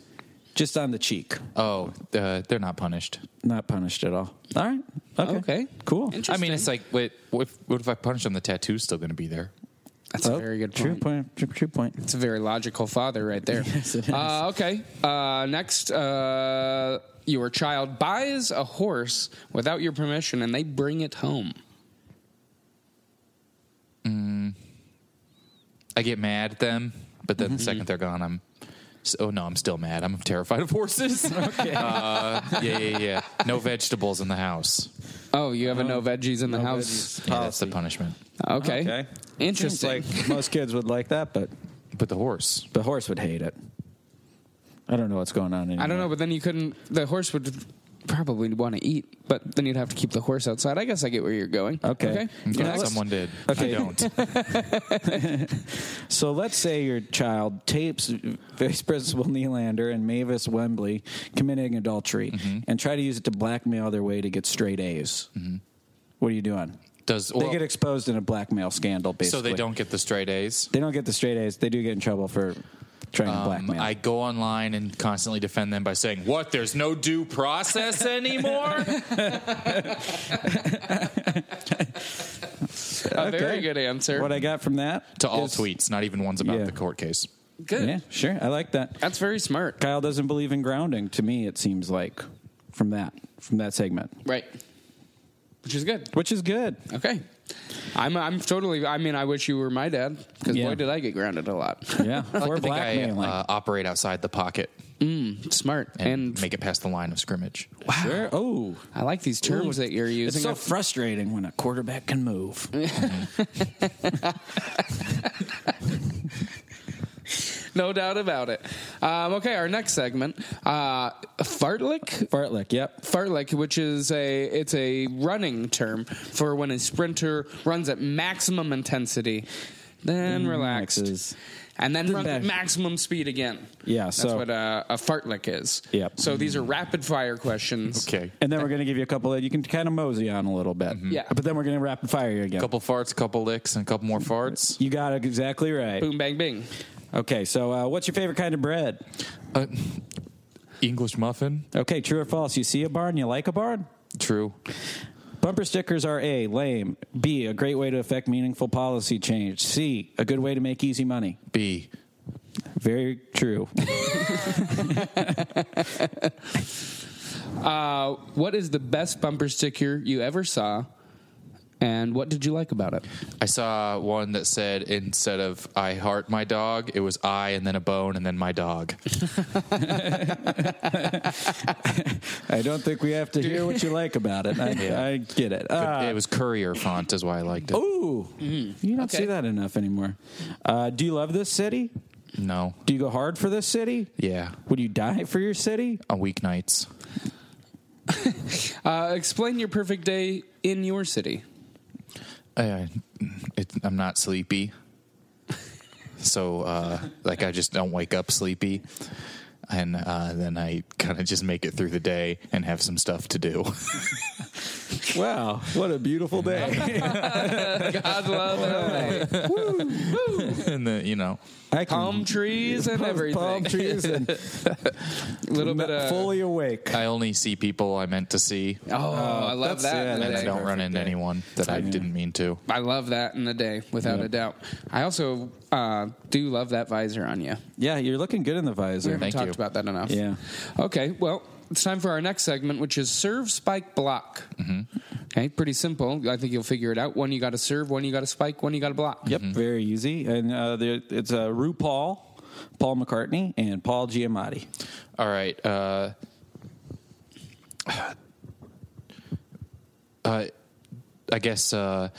S1: just on the cheek,
S4: Oh, uh, they're not punished.
S1: not punished at all. All right, okay,
S3: Okay.
S1: cool. Oh,
S3: Interesting.
S4: I mean, it's like wait, what if, what if I punish them? The tattoo's still gonna be there.
S3: That's
S1: Oh,
S3: a very good
S1: True point.
S3: point.
S1: True, true point.
S3: It's a very logical father right there.
S1: it is.
S3: Uh, okay. Uh, next, uh, your child buys a horse without your permission, and they bring it home.
S4: I get mad at them, but then the
S1: Mm-hmm.
S4: second they're gone, I'm. s oh no, I'm still mad. I'm terrified of horses. okay. Uh, yeah, yeah, yeah. No vegetables in the house.
S3: Oh, you have a no veggies in the house.
S4: Yeah, that's the punishment.
S3: Okay.
S1: Uh-huh. Okay.
S3: Interesting.
S1: Seems like most kids would like that, but
S4: But the horse.
S1: the horse would hate it. I don't know what's going on. Anymore.
S3: I don't know, but then you couldn't. The horse would probably want to eat, but then you'd have to keep the horse outside. I guess I get where you're going.
S1: Okay.
S4: I'm glad
S3: Next.
S4: someone did.
S1: Okay.
S4: I don't.
S1: So let's say your child tapes Vice Principal Nylander and Mavis Wembley committing adultery
S4: Mm-hmm.
S1: and try to use it to blackmail their way to get straight A's. What are you doing?
S4: Does
S1: they
S4: Mm-hmm. well,
S1: get exposed in a blackmail scandal, basically.
S4: so they don't get the straight A's.
S1: They don't get the straight A's. They do get in trouble for trying to
S4: Um,
S1: blackmail.
S4: I go online and constantly defend them by saying, "What? There's no due process anymore."
S3: A very
S1: Okay.
S3: good answer.
S1: what I got from that
S4: to all
S1: is-
S4: tweets, not even ones about
S1: Yeah.
S4: the court case.
S3: good.
S1: Yeah, sure. I like that.
S3: That's very smart.
S1: Kyle doesn't believe in grounding. To me, it seems like from that from that segment,
S3: Right. Which is good.
S1: which is good.
S3: Okay. I'm I'm totally. I mean, I wish you were my dad because
S1: Yeah.
S3: boy, did I get grounded a lot.
S1: Yeah,
S4: I
S1: or
S4: like to think I
S1: blackmailing.
S4: uh, operate outside the pocket
S3: smart
S4: and,
S3: and,
S4: make it past the line of scrimmage.
S1: Sure. Oh,
S3: I like these terms that you're using.
S1: It's so
S3: I've-
S1: frustrating when a quarterback can move.
S3: no doubt about it. Um, okay, our next segment, uh, fartlek.
S1: Bartlick, yep.
S3: Fartlek, which is a it's a running term for when a sprinter runs at maximum intensity, then relaxes,
S1: relaxes.
S3: and then runs at
S1: back.
S3: maximum speed again.
S1: Yeah,
S3: that's
S1: so-
S3: what uh, a fartlek is.
S1: Yep.
S3: So these are rapid fire questions.
S4: Okay,
S1: And then we're going to give you a couple that you can kind of mosey on a little bit.
S3: Mm-hmm. Yeah.
S1: But then we're going to rapid fire you again.
S4: couple farts, couple licks, and a couple more farts.
S1: You got it exactly right.
S3: Boom, bang, bing.
S1: Okay, so uh, what's your favorite kind of bread?
S4: Uh, English muffin,
S1: Okay, true or false? You see a barn, you like a barn?
S4: true.
S1: Bumper stickers are A, lame. B, a great way to affect meaningful policy change. C, a good way to make easy money.
S4: B.
S1: Very true.
S3: Uh, what is the best bumper sticker you ever saw, and what did you like about it?
S4: I saw one that said instead of "I heart my dog," it was "I" and then a bone and then my dog.
S1: I don't think we have to hear what you like about it. I, I get it. Uh,
S4: it was Courier font, is why I liked it.
S1: ooh, you don't
S3: Mm-hmm. Okay.
S1: see that enough anymore. Uh, do you love this city?
S4: No,
S1: Do you go hard for this city?
S4: yeah,
S1: Would you die for your city?
S4: on weeknights.
S3: Uh, explain your perfect day in your city.
S4: Uh, it, I'm not sleepy. So, uh, like, I just don't wake up sleepy. And uh, then I kind of just make it through the day and have some stuff to do.
S1: Wow, what a beautiful day.
S3: God love uh, LA.
S4: and then, you know,
S1: I can-
S3: Palm trees and everything.
S1: Palm trees and
S3: A little bit of.
S1: fully awake.
S4: I only see people I meant to see.
S3: Oh, I
S1: that's-
S3: love that.
S1: yeah,
S3: in the
S4: And I
S3: day.
S4: don't run into anyone that I didn't mean to.
S3: I love that in the day, without a doubt. I also uh, do love that visor on you.
S1: Yeah, you're looking good in the
S3: We
S1: visor.
S3: haven't
S4: Thank
S3: talked
S4: you.
S3: about that enough.
S1: Yeah.
S3: Okay. Well, it's time for our next segment, which is serve, spike, block.
S4: Mm-hmm.
S3: Okay. Pretty simple. I think you'll figure it out. One you got to serve. One you got to spike. One you got to block.
S1: Yep, very easy. And uh, there, it's uh, RuPaul, Paul McCartney, and Paul Giamatti.
S4: All right. Uh, uh, I guess, uh,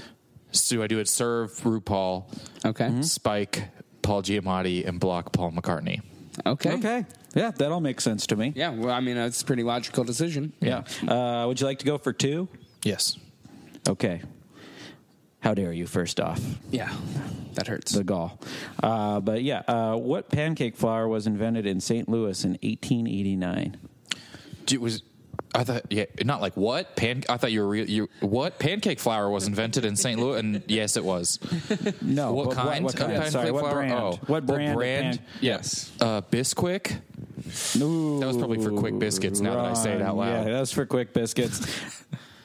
S4: Stu, I do it serve RuPaul,
S3: Okay.
S1: Mm-hmm.
S4: Spike, Paul Giamatti, and block Paul McCartney.
S3: Okay.
S1: Okay, yeah, that all makes sense to me.
S3: Yeah. Well, I mean, it's a pretty logical decision.
S1: Yeah. Uh, would you like to go for two?
S4: Yes.
S1: Okay. How dare you? First off,
S3: Yeah. That hurts.
S1: the gall. Uh, but yeah, uh, what pancake flour was invented in St. Louis in 1889?
S4: It was. I thought, yeah, not like what pan. I thought you were real. You what pancake flour was invented in St. Louis, and yes, it was.
S1: No,
S4: What
S1: Oh, but
S4: kind?
S1: What,
S4: of
S1: what kind?
S4: pancake
S1: Sorry, what
S4: flour?
S1: brand?
S4: Oh.
S1: What brand? of pan-
S3: yes.
S4: Uh, Bisquick.
S1: Ooh,
S4: That was probably for quick biscuits. Now that I say it out
S1: wrong.
S4: loud.
S1: Yeah, that was for quick biscuits.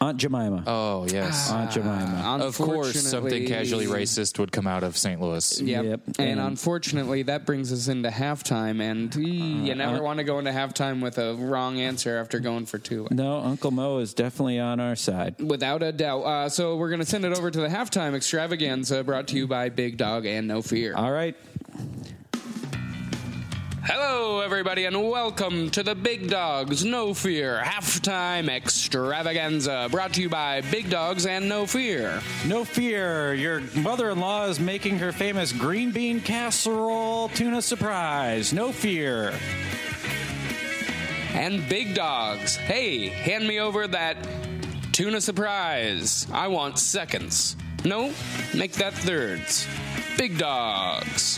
S1: Aunt Jemima.
S4: Oh yes.
S1: Aunt Jemima.
S4: uh, of course, something
S3: Unfortunately-
S4: casually racist would come out of St. Louis.
S3: Yep.
S1: Yep.
S3: And,
S1: And- Uh,
S3: unfortunately, that brings us into halftime, and mm, you never want to go into halftime with a wrong answer after going for two.
S1: no, Uncle Mo is definitely on our side.
S3: Without a doubt. Uh, so we're going to send it over to the halftime
S1: Uh,
S3: extravaganza brought to you by Big Dog and No Fear.
S1: All right.
S3: Hello, everybody, and welcome to the Big Dogs No Fear halftime extravaganza brought to you by Big Dogs and No Fear.
S1: No fear, your mother in law is making her famous green bean casserole tuna surprise. No fear.
S3: And Big Dogs, hey, hand me over that tuna surprise. I want seconds. No, make that thirds. Big Dogs.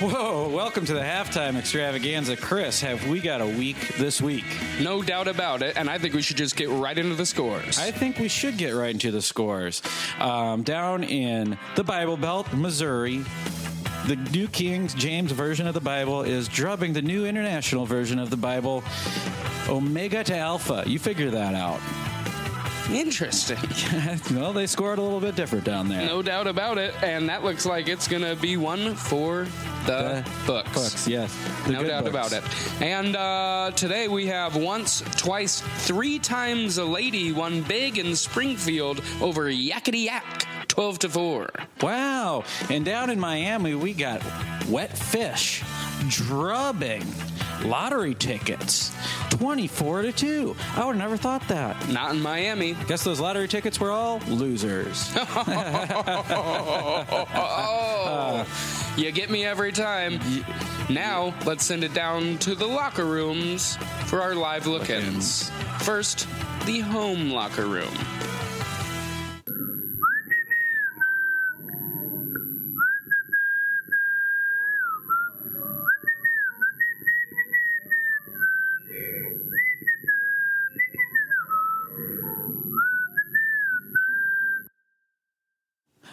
S1: Whoa, welcome to the halftime extravaganza. Chris, have we got a week this week?
S3: No doubt about it, and I think we should just get right into the scores.
S1: I think we should get right into the scores. Um, down in the Bible Belt, Missouri, the New King James Version of the Bible is drubbing the New International Version of the Bible, Omega to Alpha. You figure that out.
S3: Interesting.
S1: well, they scored a little bit different down there.
S3: No doubt about it, and that looks like it's going to be one for the, books.
S1: Uh, Books, yes. The
S3: no
S1: good
S3: doubt
S1: books.
S3: about it. And uh, today we have once, twice, three times a lady won big in Springfield over Yakety Yak, 12 to 4.
S1: Wow. And down in Miami, we got wet fish, drubbing, lottery tickets, 24 to 2. I would have never thought that.
S3: Not in Miami.
S1: Guess those lottery tickets were all losers.
S3: Oh, you get me every time. Now, let's send it down to the locker rooms for our live look ins. First, the home locker room.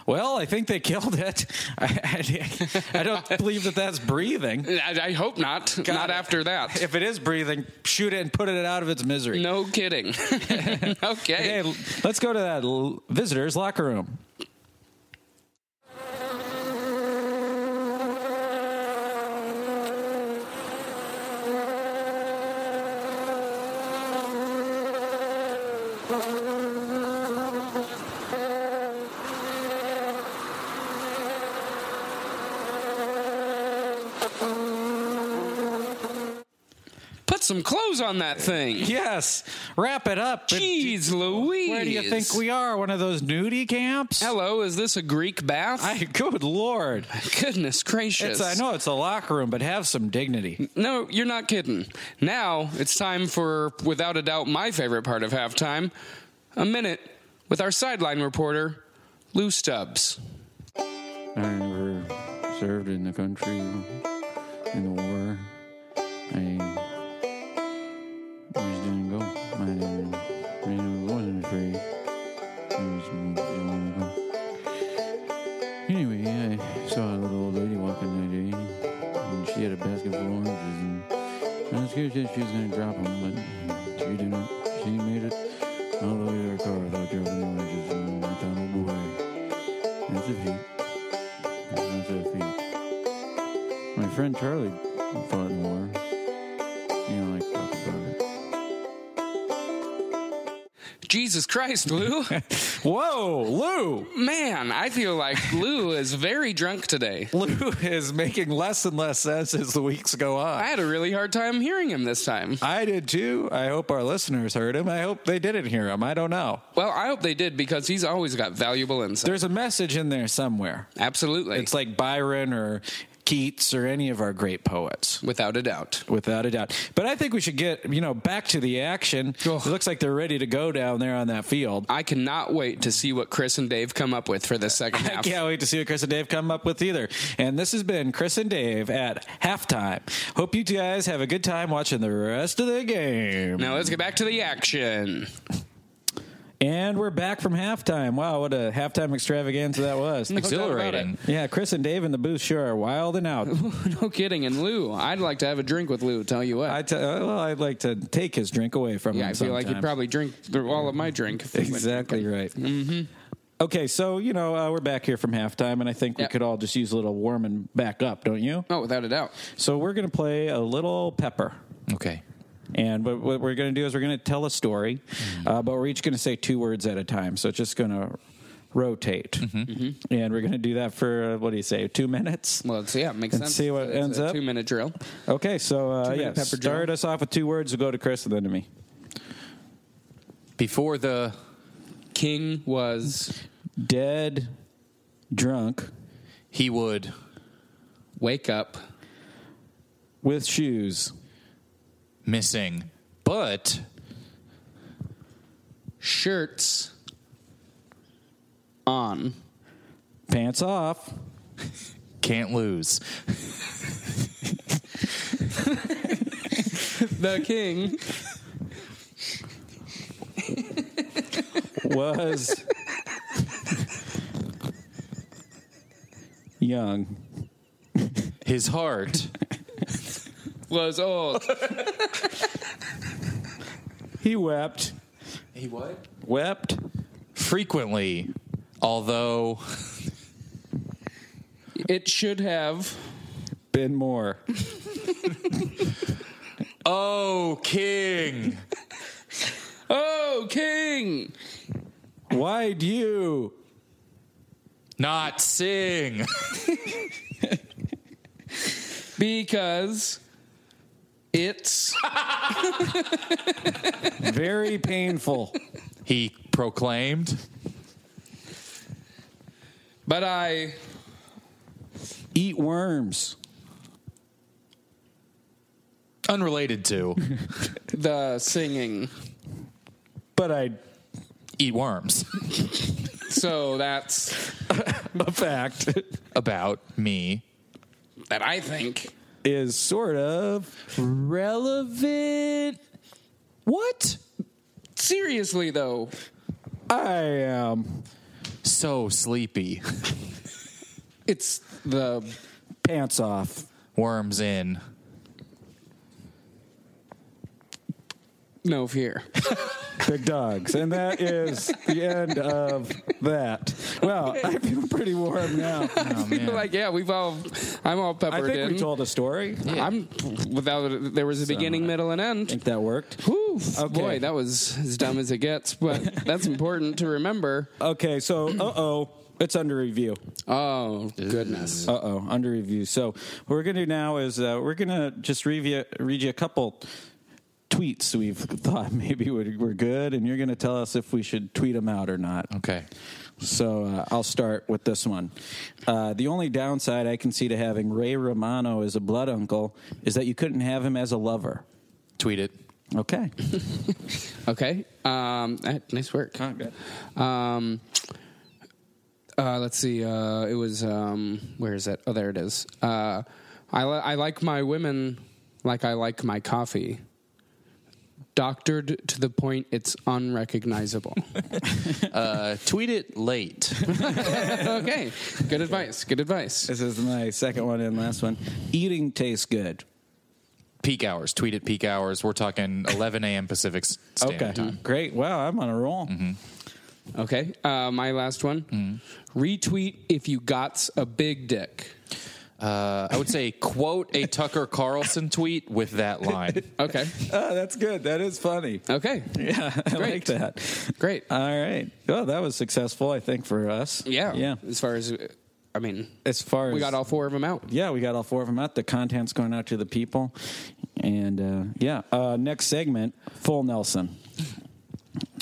S1: well, I think they killed it. I, I, I don't believe that that's breathing.
S3: I, I hope not. not
S1: it.
S3: after that.
S1: If it is breathing, shoot it and put it out of its misery.
S3: No kidding.
S1: Okay,
S3: okay.
S1: l- let's go to that l- visitor's locker room.
S3: Put some clothes on that thing.
S1: Yes, wrap it up. and-
S3: Jeez Louise.
S1: Where do you think we are? One of those nudie camps?
S3: Hello, is this a Greek bath?
S1: I, good lord.
S3: Goodness gracious.
S1: It's, I know it's a locker room, but have some dignity.
S3: No, you're not kidding. Now it's time for, without a doubt, my favorite part of halftime a minute with our sideline reporter, Lou Stubbs.
S1: I served in the country in the war. I just didn't go. I didn't, I wasn't afraid.
S5: Anyway, I saw a little old lady walking that day, and she had a basket full of oranges, and I was scared that she was going to drop them, but she didn't. She made it all the way to her car without dropping the oranges, and I thought, oh boy, that's a feat. That's a feat. My friend Charlie fought in the war. You know, like, talk about it.
S3: Jesus Christ, Lou.
S1: Whoa, Lou!
S3: Man, I feel like Lou is very drunk today.
S1: Lou is making less and less sense as the weeks go on.
S3: I had a really hard time hearing him this time.
S1: I did too. I hope our listeners heard him. I hope they didn't hear him. I don't know.
S3: Well, I hope they did because he's always got valuable insight.
S1: There's a message in there somewhere.
S3: Absolutely.
S1: It's like Byron or Keats or any of our great poets.
S3: without a doubt.
S1: Without a doubt, but I think we should get you know back to the action.
S3: Ugh.
S1: It looks like they're ready to go down there on that field.
S3: I cannot wait to see what Chris and Dave come up with for this second
S1: I
S3: half.
S1: can't wait to see what Chris and Dave come up with either. And this has been Chris and Dave at halftime. Hope you guys have a good time watching the rest of the game.
S3: Now let's get back to the action.
S1: And we're back from halftime. Wow, what a halftime extravaganza that was.
S4: Exhilarating.
S1: Yeah, Chris and Dave in the booth sure are wild and out.
S3: No kidding. And Lou, I'd like to have a drink with Lou. Tell you what.
S1: I t- uh, well, I'd like to take his drink away from
S3: yeah,
S1: him.
S3: I feel like he'd
S1: sometimes.
S3: probably drink th- all of my drink. if we went
S1: exactly
S3: drinking.
S1: right. Mm-hmm. Okay, so you know uh, we're back here from halftime, and I think we
S3: Yep.
S1: could all just use a little warming back up, don't you?
S3: Oh, without a doubt.
S1: So we're going to play a little pepper.
S4: Okay.
S1: And what, what we're going to do is we're going to tell a story, uh, but we're each going to say two words at a time. So it's just going to rotate.
S3: Mm-hmm.
S1: And we're going to do that for, uh, what do you say, two minutes?
S3: Well, it's, yeah, it makes
S1: And
S3: sense.
S1: see what
S3: It's
S1: ends
S3: a
S1: up.
S3: Two minute drill.
S1: Okay, so uh,
S3: Two-minute
S1: yeah,
S3: pepper
S1: start
S3: drill.
S1: us off with two words. We'll go to Chris and then to me.
S4: Before the
S3: King was
S1: Dead, drunk,
S4: he would
S3: wake up.
S1: with shoes.
S4: missing, but
S3: Shirts on.
S1: Pants off.
S4: can't lose.
S3: The king
S1: was young.
S4: His heart
S3: was old.
S1: He wept,
S4: he what?
S1: wept,
S4: Frequently, although
S3: It should have.
S1: been more.
S4: oh king,
S3: Oh, king!
S1: Why'd you?
S4: not sing.
S3: Because it's
S1: Very painful.
S4: He proclaimed
S3: But I
S1: Eat worms.
S4: unrelated to
S3: the singing.
S1: But I,
S4: eat worms
S3: So that's
S1: a fact
S4: about me.
S3: that I think.
S1: is sort of relevant. What?
S3: Seriously though,
S1: I um, am
S4: So sleepy.
S3: it's the
S1: pants off.
S4: Worms in.
S3: no fear.
S1: Big dogs. And that is the end of that. Well, I feel pretty warm now.
S4: Oh, man.
S3: like yeah, we've all I'm all
S1: I
S3: peppered
S1: think
S3: in.
S1: we told a story. I
S3: I'm without there was a beginning, middle, and end.
S1: think that worked.
S3: Whew, Oh,
S1: Okay.
S3: Boy, that was as dumb as it gets, but that's important to remember.
S1: Okay, so uh oh, it's under review.
S3: Oh goodness!
S1: Uh oh, under review. So what we're gonna do now is uh, we're gonna just review, read you a couple tweets we've thought maybe would- were good, and you're gonna tell us if we should tweet them out or not.
S4: Okay.
S1: So uh, I'll start with this one. Uh, the only downside I can see to having Ray Romano as a blood uncle is that you couldn't have him as a lover.
S4: Tweet it.
S1: Okay.
S3: Okay, um, eh, nice work.
S1: good.
S3: Um, uh, let's see. Uh, it was um, where is it? Oh, there it is. Uh, I li- I like my women like I like my coffee. Doctored to the point it's unrecognizable.
S4: Uh, tweet it late.
S3: okay, good advice. Good advice.
S1: This is my second one and last one. Eating tastes good.
S4: Peak hours. Tweet it peak hours. We're talking 11 a.m. Pacific s- Standard
S1: Okay.
S4: Time.
S1: Great. Wow, I'm on a roll.
S3: Okay, uh, my last one. Retweet if you got a big dick.
S4: Uh, I would say quote a Tucker Carlson tweet with that line.
S3: Okay,
S1: Oh, that's good. That is funny.
S3: okay,
S1: Yeah, I like
S3: Great.
S1: that.
S3: great.
S1: All right. Oh, that was successful, I think, for us.
S3: yeah,
S1: Yeah.
S3: As far as, uh, I mean,
S1: As far as
S3: we got all four of them out.
S1: Yeah, we got all four of them out. The content's going out to the people, and uh, yeah. Uh, next segment, full Nelson.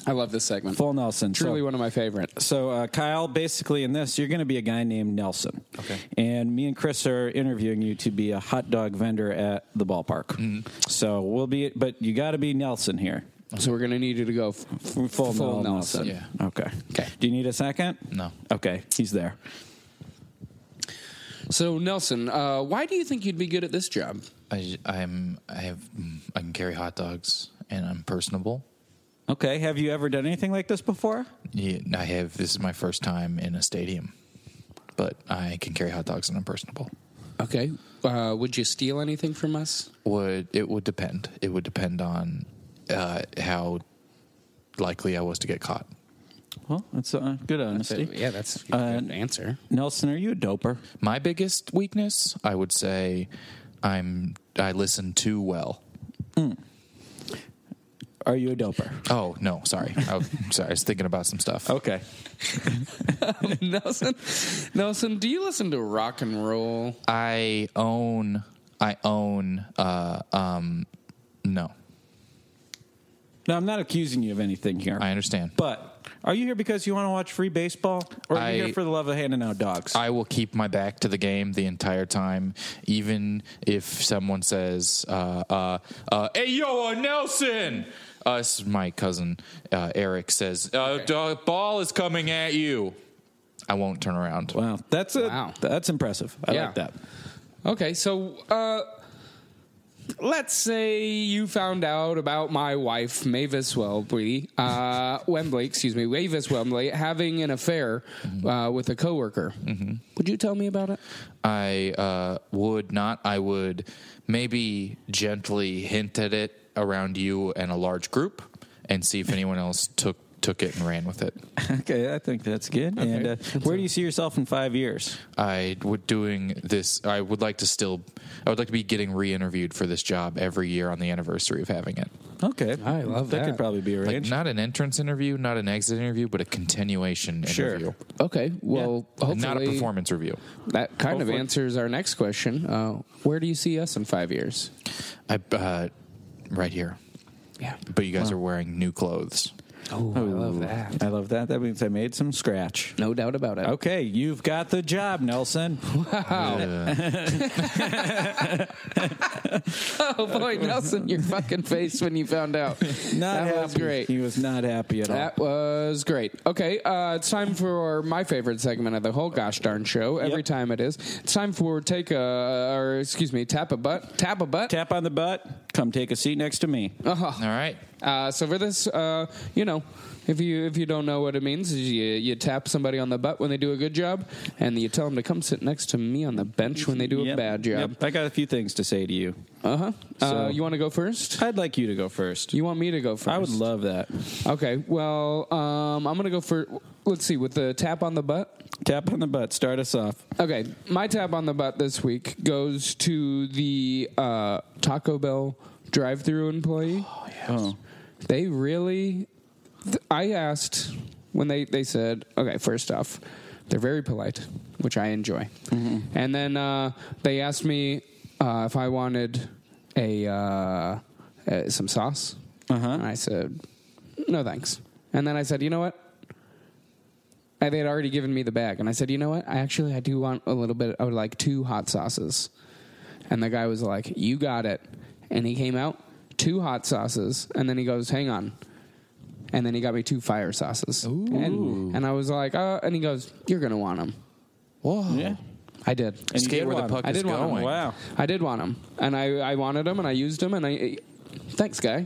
S3: I love this segment.
S1: Full Nelson.
S3: Truly
S1: So-
S3: one of my favorites.
S1: so uh, Kyle, basically in this, you're going to be a guy named Nelson. Okay. And me and Chris are interviewing you to be a hot dog vendor at the ballpark.
S3: Mm-hmm.
S1: So we'll be, but you got to be Nelson here.
S3: So we're gonna need you to go. f-
S1: Full,
S3: Full
S1: Nelson.
S3: Nelson.
S4: Yeah.
S1: Okay.
S3: Okay.
S1: Do you need a second?
S4: No.
S1: Okay. He's there.
S3: So Nelson, uh, why do you think you'd be good at this job?
S4: I, I'm I have mm, I can carry hot dogs and I'm personable.
S1: Okay. Have you ever done anything like this before?
S4: Yeah, I have this is my first time in a stadium, but I can carry hot dogs and I'm personable.
S3: Okay, uh, would you steal anything from us?
S4: Would it would depend? It would depend on uh, how likely I was to get caught.
S1: Well, that's uh, good honesty.
S3: yeah, that's a
S1: Uh,
S3: good answer.
S1: Nelson, are you a doper?
S4: My biggest weakness, I would say, I'm I listen too well.
S1: Are you a doper?
S4: Oh no, sorry. Oh, sorry. I was thinking about some stuff.
S1: Okay.
S3: Nelson, Nelson, do you listen to rock and roll?
S4: I own. I own. Uh, um, no,
S1: Now, I'm not accusing you of anything here.
S4: I understand.
S1: But are you here because you want to watch free baseball? Or are you
S4: I-
S1: here for the love of handing out dogs?
S4: I will keep my back to the game the entire time, even if someone says, uh, uh, uh, "Hey, yo, uh, Nelson." Us, my cousin uh, Eric says, uh, "The ball is coming at you." I won't turn around.
S1: wow. That's a,
S3: Wow.
S1: that's impressive. I
S3: Yeah.
S1: like that.
S3: Okay, so uh, let's say you found out about my wife, Mavis Wembley, uh, Wembley, excuse me, Mavis Wembley, having an affair uh, with a coworker.
S4: Mm-hmm.
S3: Would you tell me about it?
S4: I uh, would not. I would maybe gently hint at it around you and a large group, and see if anyone else took took it and ran with it.
S1: Okay, I think that's good. And uh, where do you see yourself in five years?
S4: I would doing this. I would like to still. I would like to be getting re-interviewed for this job every year on the anniversary of having it.
S1: Okay,
S3: I love
S1: That
S3: that.
S1: could probably be
S4: Like
S1: arranged.
S4: not an entrance interview, not an exit interview, but a continuation
S1: Sure.
S4: interview,
S3: Okay, well, hopefully
S4: And not a performance review.
S3: that kind
S1: Hopefully.
S3: of answers our next question. Uh, where do you see us in five years?
S4: I uh, right here,
S3: Yeah.
S4: but you guys are wearing new clothes.
S3: Oh, I love that.
S1: I love that. That means I made some scratch.
S3: No doubt about it.
S1: Okay, you've got the job, Nelson.
S3: Oh boy, Nelson, your fucking face when you found
S1: Not
S3: out. that
S1: happy.
S3: was great.
S1: He was not happy at all.
S3: That was great. Okay, uh, it's time for my favorite segment of the whole gosh darn show. Every
S1: Yep.
S3: time it is, it's time for take a or excuse me, tap a butt, tap a butt.
S1: Tap on the butt. Come take a seat next to me.
S4: All right,
S3: Uh, so for this, uh, you know, if you if you don't know what it means, is you you tap somebody on the butt when they do a good job, and you tell them to come sit next to me on the bench when they do a
S1: Yep,
S3: bad job.
S1: yep. I got a few things to say to you.
S3: Uh-huh.
S1: So-
S3: Uh You want to go first?
S1: I'd like you to go first.
S3: You want me to go first?
S1: I would love that.
S3: Okay. Well, um, I'm gonna go for. Let's see. With the tap on the butt.
S1: Tap on the butt. Start us off.
S3: Okay, my tab on the butt this week goes to the uh, Taco Bell drive-through employee.
S1: Oh,
S3: They really. th- I asked when they they said, okay, first off, they're very polite, which I enjoy, and then uh, they asked me uh, if I wanted a uh, uh, some sauce,
S1: Uh-huh.
S3: and I said, no thanks, and then I said, you know what, and they had already given me the bag and i said you know what i actually i do want a little bit i would like two hot sauces and the guy was like you got it and he came out two hot sauces and then he goes hang on and then he got me two fire sauces And, and i was like uh, and he goes you're gonna want them
S4: whoa,
S1: yeah.
S3: i did
S1: And you
S4: skate
S1: did
S4: where the
S1: want
S4: puck
S3: him. I
S4: is
S3: did want him.
S4: going.
S1: Wow.
S3: i did want them and i, I wanted them and i used them and i thanks guy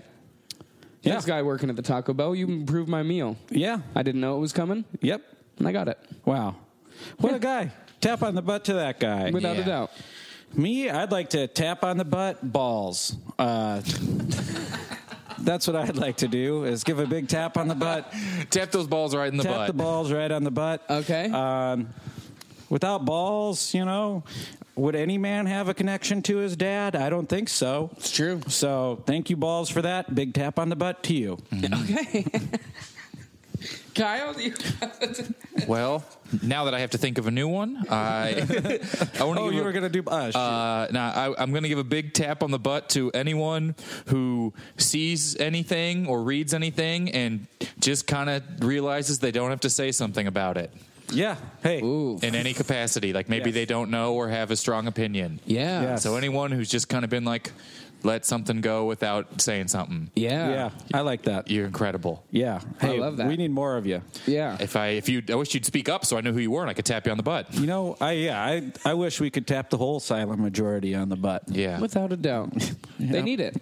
S1: Yeah.
S3: thanks guy working at the taco bell you improved my meal
S1: Yeah.
S3: i didn't know it was coming
S1: Yep.
S3: and i got it
S1: Wow. What a guy. Tap on the butt to that guy.
S3: without
S4: Yeah.
S3: a doubt
S1: Me, I'd like to tap on the butt balls. Uh, that's what I'd like to do is give a big tap on the butt,
S4: Tap those balls right in the
S1: tap
S4: butt.
S1: the balls right on the butt.
S3: Okay.
S1: Um, without balls, you know, would any man have a connection to his dad? I don't think so.
S3: it's true
S1: So thank you, balls, for that. Big tap on the butt to you.
S3: Mm-hmm. Okay. Kyle, do you
S4: Well, now that I have to think of a new one, I I want to
S1: Oh,
S4: give
S1: you
S4: a-
S1: were gonna do uh, shoot.
S4: Uh, now I, I'm going to give a big tap on the butt to anyone who sees anything or reads anything and just kind of realizes they don't have to say something about it
S1: yeah. Hey.
S4: in any capacity. Like maybe
S1: Yes.
S4: they don't know or have a strong opinion.
S3: Yeah.
S1: Yes.
S4: So anyone who's just kind of been like, let something go without saying something.
S3: Yeah.
S1: Yeah. I like that.
S4: You're incredible.
S1: Yeah. Hey,
S3: love that.
S1: We need more of you.
S3: Yeah.
S4: If I if you I wish you'd speak up so I knew who you were and I could tap you on the butt.
S1: You know, I yeah, I I wish we could tap the whole silent majority on the butt.
S4: Yeah.
S3: Without a doubt. They need it.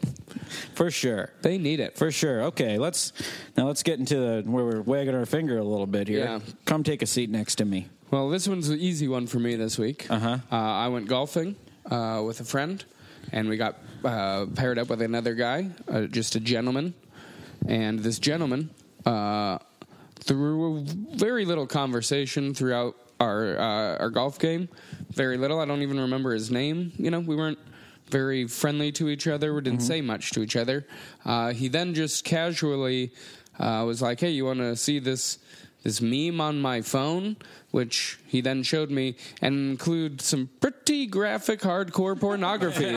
S1: For sure.
S3: They need it.
S1: For sure. Okay, let's now let's get into the, where we're wagging our finger a little bit here.
S3: Yeah.
S1: Come take a seat next to me.
S3: Well, this one's an easy one for me this week.
S1: Uh-huh.
S3: Uh, I went golfing uh, with a friend, and we got uh, paired up with another guy, uh, just a gentleman. And this gentleman, uh, through very little conversation throughout our uh, our golf game, very little. I don't even remember his name. You know, we weren't very friendly to each other. We didn't say much to each other. Uh, he then just casually uh, was like, "Hey, you want to see this?" This meme on my phone, which he then showed me, and include some pretty graphic hardcore pornography.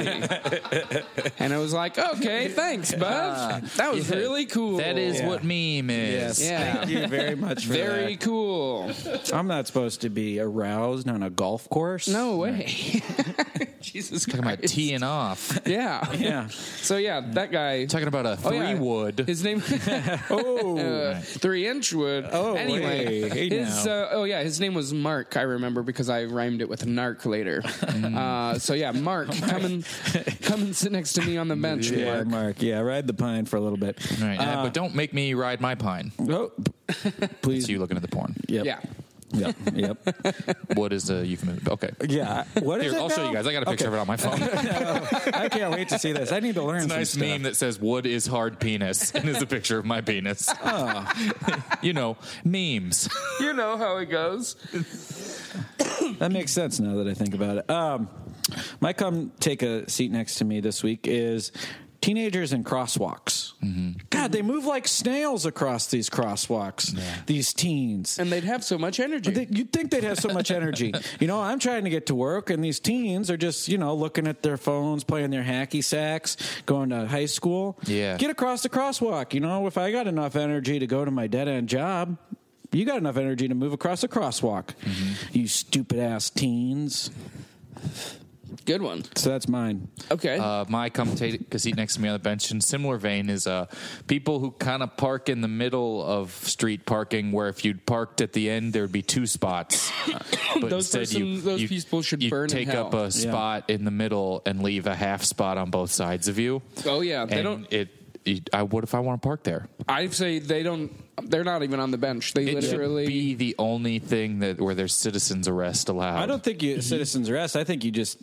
S3: And I was like, okay, thanks, bud. That was really cool.
S4: That is what meme is.
S3: Yeah.
S1: Thank you very much for
S3: Very cool.
S1: that. I'm not supposed to be aroused on a golf course.
S3: No way. Jesus
S4: Talking about
S3: Christ.
S4: teeing off.
S3: Yeah.
S1: Yeah.
S3: So, yeah, that guy.
S4: Talking about a
S3: Oh,
S4: three
S3: yeah.
S4: wood.
S3: His name,
S1: Oh.
S3: uh, three inch wood.
S1: Oh,
S3: anyway,
S1: hey, hey
S3: his
S1: now.
S3: uh, oh yeah, his name was Mark. I remember because I rhymed it with narc later. uh, so yeah, Mark, come and come and sit next to me on the bench,
S1: yeah,
S3: Mark.
S1: Mark. Yeah, ride the pine for a little bit.
S4: Right. uh, but don't make me ride my pine.
S1: Oh,
S4: It's
S1: please.
S4: you looking at the porn.
S1: Yep.
S3: Yeah.
S1: Yep. Yep.
S4: What is the euphemism? Okay.
S1: yeah. What is
S4: Here,
S1: it
S4: I'll show
S1: now?
S4: you guys. I got a picture
S1: Okay. Oh,
S4: of it on my phone.
S1: I can't wait to see this. I need to learn
S4: It's a
S1: some
S4: nice
S1: stuff.
S4: meme that says "Wood is hard penis" and is a picture of my penis.
S3: Ah.
S4: you know, memes.
S3: You know how it goes.
S1: That makes sense now that I think about it. Um, my come take a seat next to me this week is teenagers in crosswalks. God, they move like snails across these crosswalks. These teens.
S3: And they'd have so much energy.
S1: They- You'd think they'd have so much energy. You know, I'm trying to get to work, and these teens are just, you know, looking at their phones, playing their hacky sacks, going to high school.
S4: Yeah.
S1: Get across the crosswalk. You know, if I got enough energy to go to my dead end job, you got enough energy to move across the crosswalk,
S4: Mm-hmm.
S1: you stupid ass teens.
S3: Good one.
S1: So that's mine.
S3: Okay.
S4: Uh, my come take a seat next to me on the bench in similar vein is uh, people who kind of park in the middle of street parking, where if you'd parked at the end, there'd be two spots. But
S3: Those person- those people should
S4: you
S3: burn in
S4: Take up
S3: hell.
S4: a spot in the middle and leave a half spot on both sides of you.
S3: Oh, yeah. They
S4: and
S3: don't-
S4: It, it. I what if I want to park there?
S3: I say they don't. They're not even on the bench. They
S4: It
S3: literally.
S4: should be the only thing that where there's citizens arrest allowed.
S1: I don't
S4: Mm-hmm.
S1: think you citizens arrest. I think you just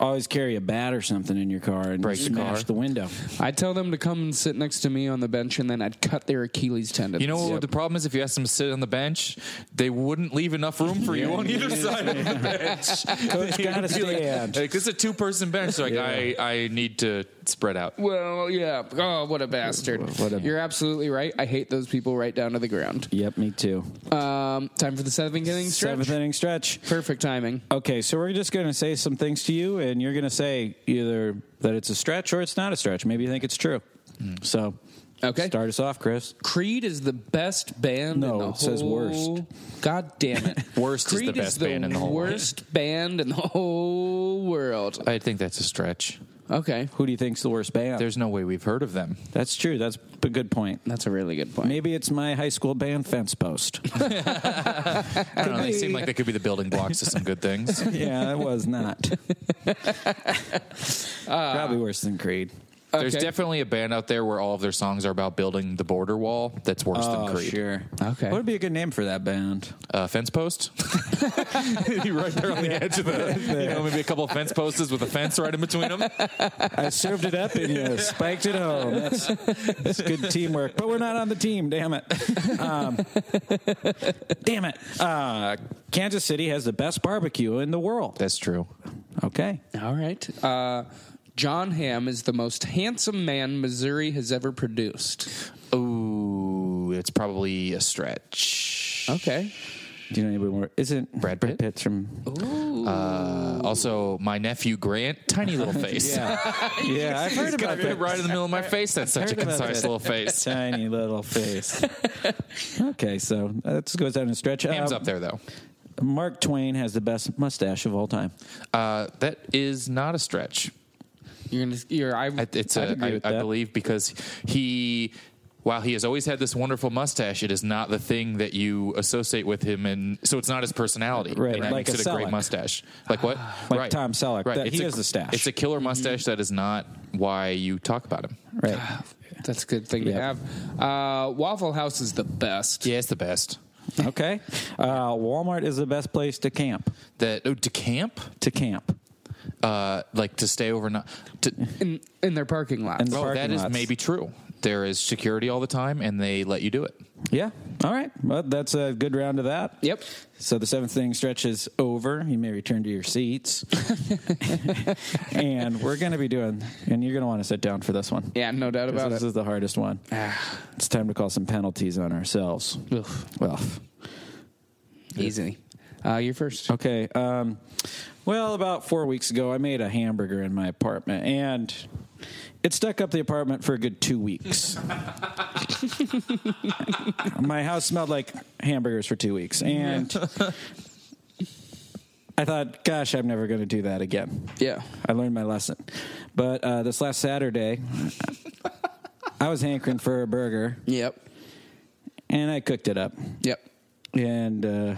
S1: always carry a bat or something in your car and
S4: Break the
S1: smash
S4: car.
S1: the window.
S3: I tell them to come and sit next to me on the bench, and then I'd cut their Achilles tendon.
S4: You know what the problem is? If you asked them to sit on the bench, they wouldn't leave enough room for you on either side of the bench.
S1: Coach
S4: They'd
S1: gotta
S4: be like,
S1: stand.
S4: Like, this is a two person bench. They're like, I, I need to spread out.
S3: Well, yeah. Oh, what a bastard!
S1: What a-
S3: You're absolutely right. I hate those people right down to the ground.
S1: Yep, me too.
S3: Um, time for the seventh inning stretch.
S1: Seventh inning stretch.
S3: Perfect timing.
S1: Okay, so we're just going to say some things to you, and you're going to say either that it's a stretch or it's not a stretch. Maybe you think it's true.
S4: Mm.
S1: So,
S3: Okay.
S1: start us off, Chris.
S3: Creed is the best band.
S1: No,
S3: in the
S1: it says
S3: whole- God damn it!
S4: Worst is the
S3: Creed
S4: best band in the whole world.
S3: worst band in the whole world.
S4: I think that's a stretch.
S3: Okay,
S1: Who do you think's the worst band?
S4: There's no way we've heard of them.
S1: That's true. That's a good point.
S3: that's a really good point.
S1: Maybe it's my high school band fence post.
S4: I don't know. They seem like they could be the building blocks to some good things.
S1: yeah, it was not. Probably worse than Creed.
S4: There's
S3: Okay.
S4: definitely a band out there where all of their songs are about building the border wall that's worse
S1: Oh,
S4: than Creed.
S1: sure.
S3: Okay.
S1: What would be a good name for that band?
S4: uh, fence post. You're right there on the edge of the, you know, maybe a couple of fence posts with a fence right in between them.
S1: I served it up and you spiked it home. That's, that's good teamwork. But we're not on the team, damn it. Um, damn it. Uh, Kansas City has the best barbecue in the world.
S4: That's true.
S1: Okay.
S3: All right. Uh, John Hamm is the most handsome man Missouri has ever produced.
S4: Ooh, it's probably a stretch.
S3: Okay.
S1: Do you know anybody more? Isn't
S4: Brad Pitt?
S1: Pitt's from?
S4: Uh, also, my nephew Grant, tiny little face.
S1: Yeah, yeah. I've heard about
S4: Right
S1: that.
S4: right in the middle of my face. That's such a
S1: heard about
S4: concise
S1: that.
S4: little face.
S1: Tiny little face. okay, so that goes down a stretch.
S4: Ham's
S1: Um,
S4: up there though.
S1: Mark Twain has the best mustache of all time.
S4: Uh, that is not a stretch.
S3: You're gonna. You're. I.
S4: I- It's
S1: I'd
S4: a,
S1: agree
S4: I,
S1: with
S4: I
S1: that.
S4: believe because he, while he has always had this wonderful mustache, it is not the thing that you associate with him, and so it's not his personality.
S1: Right,
S4: and that
S1: like
S4: makes
S1: a
S4: it a great
S1: Selleck.
S4: mustache. Like what?
S1: Like Tom Selleck, that he
S4: a,
S1: has Mm-hmm. the stache.
S4: It's a killer mustache that is not why you talk about him.
S1: Right.
S3: that's a good thing to
S1: Yeah.
S3: have. Uh, Waffle House is the best.
S4: Yeah, it's the best.
S1: Okay. Uh, Walmart is the best place to camp.
S4: That oh, to camp,
S1: To camp.
S4: uh, like to stay overnight. To,
S3: In in their parking lot.
S1: And-
S4: oh,
S1: Parking
S4: that is
S1: lots.
S4: maybe true. There is security all the time, and they let you do it.
S1: Yeah, All right. Well, that's a good round of that.
S3: Yep.
S1: So the seventh thing stretches over. You may return to your seats. and we're going to be doing, and you're going to want to sit down for this one.
S3: Yeah, no doubt
S1: 'Cause
S3: about
S1: this
S3: it. Ah.
S1: is the hardest one. it's time to call some penalties on ourselves. Well,
S3: Easily. Uh, you're first.
S1: okay. Um, well, about four weeks ago, I made a hamburger in my apartment, and it stuck up the apartment for a good two weeks. my house smelled like hamburgers for two weeks, and I thought, "Gosh, I'm never going to do that again."
S3: Yeah.
S1: I learned my lesson. But uh, this last Saturday, I was hankering for a burger,
S3: Yep.
S1: and I cooked it up.
S3: Yep.
S1: and uh,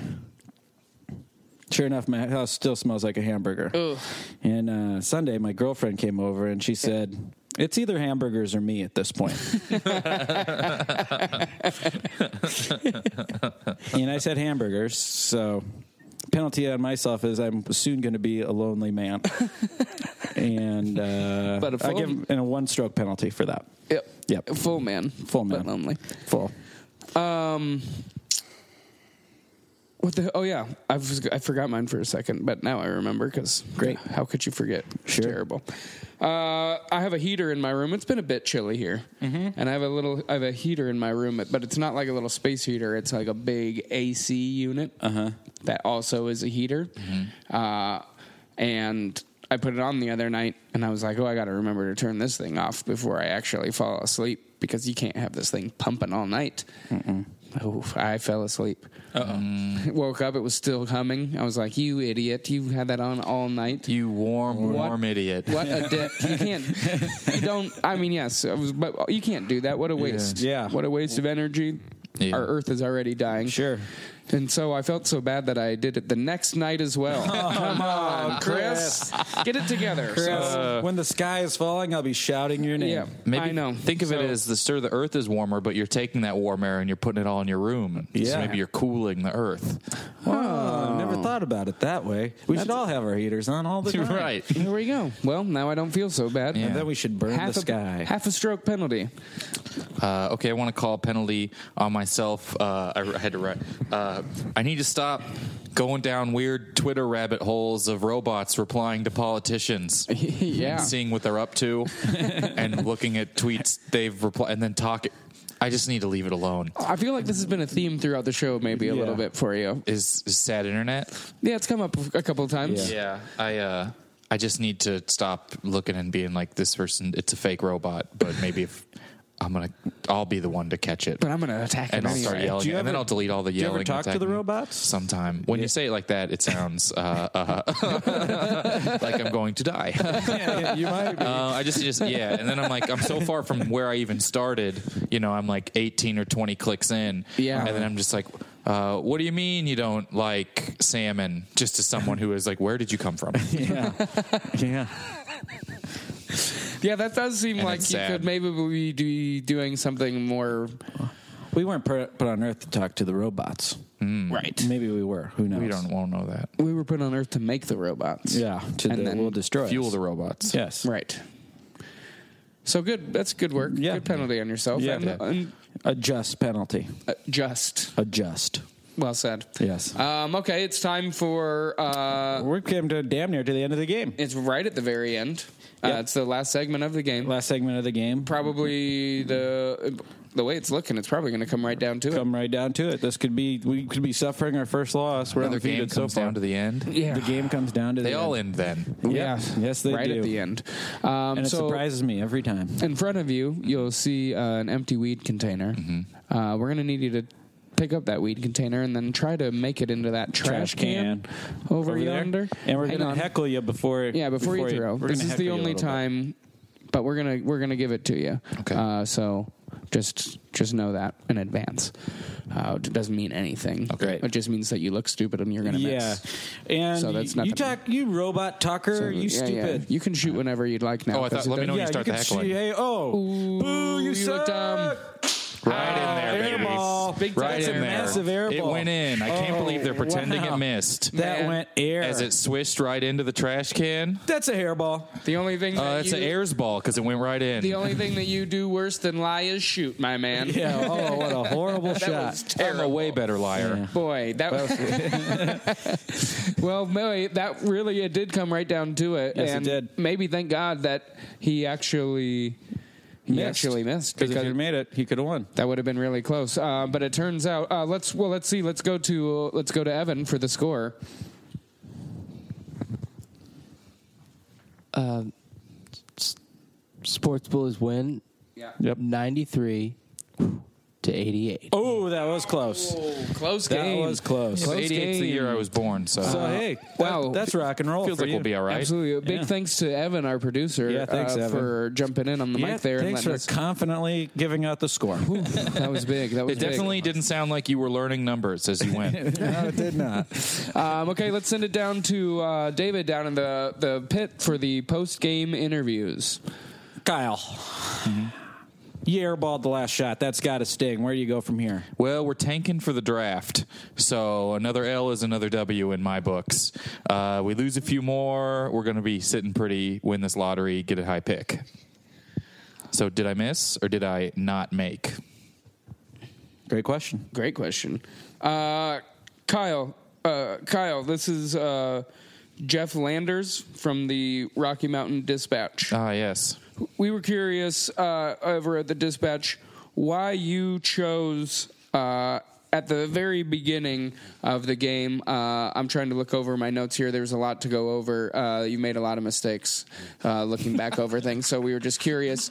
S1: sure enough, my house still smells like a hamburger.
S3: Ugh.
S1: And uh, Sunday, my girlfriend came over and she said, "It's either hamburgers or me at this point." and I said hamburgers, so penalty on myself is I'm soon going to be a lonely man. and uh,
S3: But a
S1: I give
S3: full-
S1: him a one-stroke penalty for that.
S3: Yep.
S1: Yep.
S3: Full man.
S1: Full man.
S3: But lonely.
S1: Full.
S3: Um. What the? Oh yeah, I was I forgot mine for a second, but now I remember because
S1: Great.
S3: How could you forget? It's
S1: Sure.
S3: Terrible. Uh, I have a heater in my room. It's been a bit chilly here,
S1: Mm-hmm.
S3: and I have a little. I have a heater in my room, but it's not like a little space heater. It's like a big AC unit
S1: Uh-huh.
S3: that also is a heater.
S1: Mm-hmm.
S3: Uh, and I put it on the other night, and I was like, oh, I got to remember to turn this thing off before I actually fall asleep because you can't have this thing pumping all night. Oh, I fell asleep. Uh-oh. Woke up, it was still humming. I was like, "You idiot! You had that on all night."
S4: You warm,
S3: What-
S4: warm idiot.
S3: What a dick! You can't. You don't. I mean, yes, it was, but oh, you can't do that. What a waste!
S1: Yeah.
S3: What a waste of energy.
S4: Yeah.
S3: Our Earth is already dying.
S1: Sure.
S3: And so I felt so bad that I did it the next night as well.
S1: Oh,
S3: Come on, Chris, get it together. So,
S4: Uh,
S1: when the sky is falling, I'll be shouting your name.
S3: yeah,
S4: Maybe
S3: I know.
S4: Think of
S3: So-
S4: it as the sir. The Earth is warmer, but you're taking that warm air and you're putting it all in your room.
S1: Yeah.
S4: So maybe you're cooling the Earth.
S1: Oh, I never thought about it that way. We should all have our heaters on all the time.
S4: right.
S3: There we go. Well, now I don't feel so bad.
S4: Yeah.
S1: And then we should burn
S3: Half
S1: the
S3: a,
S1: sky.
S3: half a stroke penalty.
S4: Uh, okay, I want to call a penalty on myself. Uh, I, I had to write. Uh, I need to stop going down weird Twitter rabbit holes of robots replying to politicians.
S3: yeah.
S4: and seeing what they're up to and looking at tweets they've replied and then talk. I just need to leave it alone.
S3: I feel like this has been a theme throughout the show, maybe a
S1: Yeah.
S3: little bit for you.
S4: Is, is sad internet?
S3: Yeah, it's come up a couple of times.
S4: Yeah, I uh, I just need to stop looking and being like this person. It's a fake robot, but maybe if I'm gonna, I'll be the one to catch it.
S3: But I'm going to attack
S4: and
S3: him
S4: I'll
S3: anyway.
S4: start yelling,
S1: Do you
S4: and then
S1: ever-
S4: I'll delete all the
S1: do you ever
S4: yelling.
S1: talk to
S4: attacking
S1: the
S4: it.
S1: robots?
S4: Sometime when you say it like that, it sounds uh, uh, like I'm going to die.
S1: you might be.
S4: Uh, I just, just yeah, and then I'm like, I'm so far from where I even started. You know, I'm like 18 or 20 clicks in.
S3: Yeah.
S4: and then I'm just like, uh, what do you mean you don't like salmon? Just to someone who is like, where did you come from?
S1: Yeah. yeah.
S3: Yeah, that does seem
S4: And
S3: like
S4: it's
S3: you
S4: sad.
S3: could maybe we be doing something more.
S1: We weren't put put on Earth to talk to the robots.
S4: Mm.
S3: Right.
S1: Maybe we were. Who knows?
S4: We don't want to know that.
S3: We were put on Earth to make the robots.
S1: Yeah. To
S3: And
S1: the,
S3: then
S1: we'll destroy
S4: Fuel
S1: us.
S4: the robots.
S1: Yes.
S3: Right. So good. That's good work.
S1: Yeah.
S3: Good penalty on yourself.
S1: Yeah.
S3: And, and,
S1: A just penalty.
S3: uh, just.
S1: A just.
S3: Well said.
S1: Yes.
S3: Um, okay, it's time for. Uh,
S1: we came to damn near to the end of the game.
S3: it's right at the very end. Uh,
S1: Yeah.
S3: It's the last segment of the game.
S1: Last segment of the game.
S3: Probably the the way it's looking, it's probably going to come right down to
S1: Come right down to it. This could be we could be suffering our first loss. We're
S4: Another game
S1: undefeated so
S4: comes
S1: far.
S4: down to the end.
S3: it. Yeah.
S1: The game comes down to
S4: They
S1: the
S4: all
S1: end.
S4: end then.
S1: Yeah. Yes, they
S3: right
S1: do.
S3: at the end. Um,
S1: and it
S3: so
S1: surprises me every time.
S3: in front of you, you'll see uh, an empty weed container.
S4: Mm-hmm.
S3: Uh, we're going to need you to pick up that weed container and then try to make it into that trash, can, over,
S1: there.
S3: yonder.
S1: and we're
S3: Hang
S1: gonna
S3: on.
S1: heckle you before.
S3: Yeah, before, you throw.
S1: we're
S3: This
S1: gonna
S3: is
S1: heckle
S3: the
S1: you a
S3: only
S1: little bit.
S3: time, but we're gonna we're gonna give it to you.
S4: Okay.
S3: Uh, so just just know that in advance. Uh, it doesn't mean anything.
S1: Okay.
S3: It just means that you look stupid and you're gonna
S1: Yeah,
S3: miss.
S1: and
S3: So
S1: y-
S3: that's not
S1: you
S3: the-
S1: talk, you robot talker,
S3: So,
S1: you
S3: yeah, yeah.
S1: stupid.
S3: You can shoot whenever you'd like now.
S4: Oh, I
S3: 'cause
S4: thought-
S3: it doesn't-
S4: let me know when you
S1: yeah,
S4: start
S1: you can
S4: the heckling.
S1: see, hey, oh, boo, you,
S3: you
S1: suck.
S3: look dumb.
S4: Right in there,
S1: air
S4: baby.
S1: ball.
S3: Big
S4: right
S3: time.
S4: in
S3: That's a
S4: there.
S1: massive air
S4: It
S1: ball.
S4: went in. I can't
S1: Oh,
S4: believe they're pretending
S1: wow.
S4: it missed.
S1: That
S3: Man.
S1: went air.
S4: As it swished right into the trash can.
S1: That's a hairball.
S3: The only thing
S4: Uh,
S3: that
S4: it's
S3: you,
S4: an airs ball because it went right in.
S3: the only thing that you do worse than lie is shoot, my man.
S1: Yeah. Oh, what a horrible shot.
S4: I'm a way better liar.
S3: Boy, that was well. Millie, that really it did come right down to it.
S1: Yes, it
S3: and
S1: did.
S3: Maybe thank God that he actually he actually missed
S1: because if he
S3: because
S1: made it, he could have won.
S3: that would have been really close. Uh, but it turns out, uh, let's well, let's see, let's go to let's go to Evan for the score.
S6: Sports Bullies win
S3: Yeah,
S1: Yep.
S6: 93 to 88.
S1: Oh, that was close.
S4: Oh,
S3: close
S1: That
S3: game.
S1: was close.
S3: Close
S4: 88's the
S3: game.
S4: year I was born, so,
S1: So hey,
S3: Uh, wow.
S1: that- that's rock and roll.
S4: feels
S1: for
S4: like
S1: you.
S4: we'll be all right.
S3: Absolutely. A big
S1: Yeah.
S3: thanks to Evan, our producer,
S1: Yeah, thanks,
S3: uh,
S1: Evan.
S3: for jumping in on the
S1: Yeah,
S3: mic there.
S1: thanks
S3: and
S1: for confidently giving out the score. no,
S3: letting us, that was big. That was
S4: It definitely didn't sound like you were learning numbers as you went.
S1: it did not.
S3: Big. Um, okay, let's send it down to uh, David down in the, the pit for the post game interviews.
S1: Kyle. Mm-hmm. You airballed the last shot. That's got to sting. Where do you go from here?
S4: well, we're tanking for the draft, so another L is another W in my books. Uh, we lose a few more, we're going to be sitting pretty, win this lottery, get a high pick. So, did I miss or did I not make?
S1: Great question.
S3: Great question, uh, Kyle. Uh, Kyle, this is uh, Jeff Landers from the Rocky Mountain Dispatch.
S4: Ah, yes.
S3: we were curious uh, over at the dispatch why you chose uh, at the very beginning of the game. Uh, I'm trying to look over my notes here. There's a lot to go over. Uh, you made a lot of mistakes uh, looking back over things, so we were just curious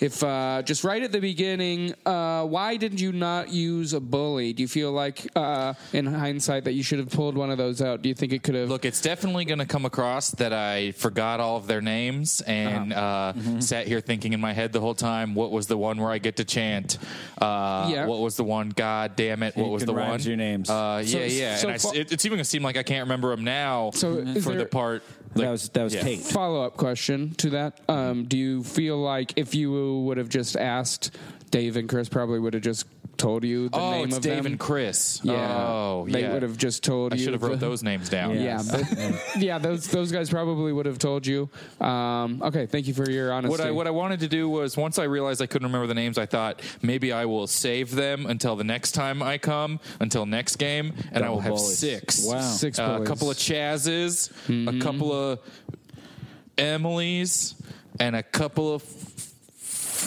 S3: if uh, just right at the beginning, uh, why didn't you not use a bully? Do you feel like, uh, in hindsight, that you should have pulled one of those out? Do you think it could have?
S4: Look, it's definitely going to come across that I forgot all of their names and uh
S3: Uh-huh. Mm-hmm.
S4: sat here thinking in my head the whole time, what was the one where I get to chant? Uh,
S3: Yeah.
S4: What was the one? God damn it! What was
S1: can
S4: the one?
S1: rhymes your names.
S4: Uh,
S3: So-
S4: yeah, yeah.
S3: so
S4: and I s
S3: fa-
S4: it, it's even going to seem like I can't remember them now.
S3: So is
S4: for
S3: there-
S4: the part
S1: that was that was
S4: yeah.
S1: Tate.
S3: Follow up question to that: um, Do you feel like if you would have just asked, Dave and Chris probably would have just told you the
S4: oh,
S3: name
S4: it's
S3: of
S4: Dave
S3: them?
S4: and Chris.
S3: Yeah,
S4: Oh,
S3: they
S4: yeah.
S3: would have just told
S4: I
S3: you.
S4: should have
S3: the-
S4: wrote those names down.
S3: Yeah,
S1: Yes.
S3: but- yeah, those those guys probably would have told you. Um, okay, thank you for your honesty.
S4: What I what I wanted to do was once I realized I couldn't remember the names, I thought maybe I will save them until the next time I come, until next game, and I will have
S1: Double bullies.
S4: six.
S1: Wow. Mm-hmm.
S3: Six
S4: Uh, a
S3: bullies.
S4: couple of Chaz's, a couple of Emily's, and a couple of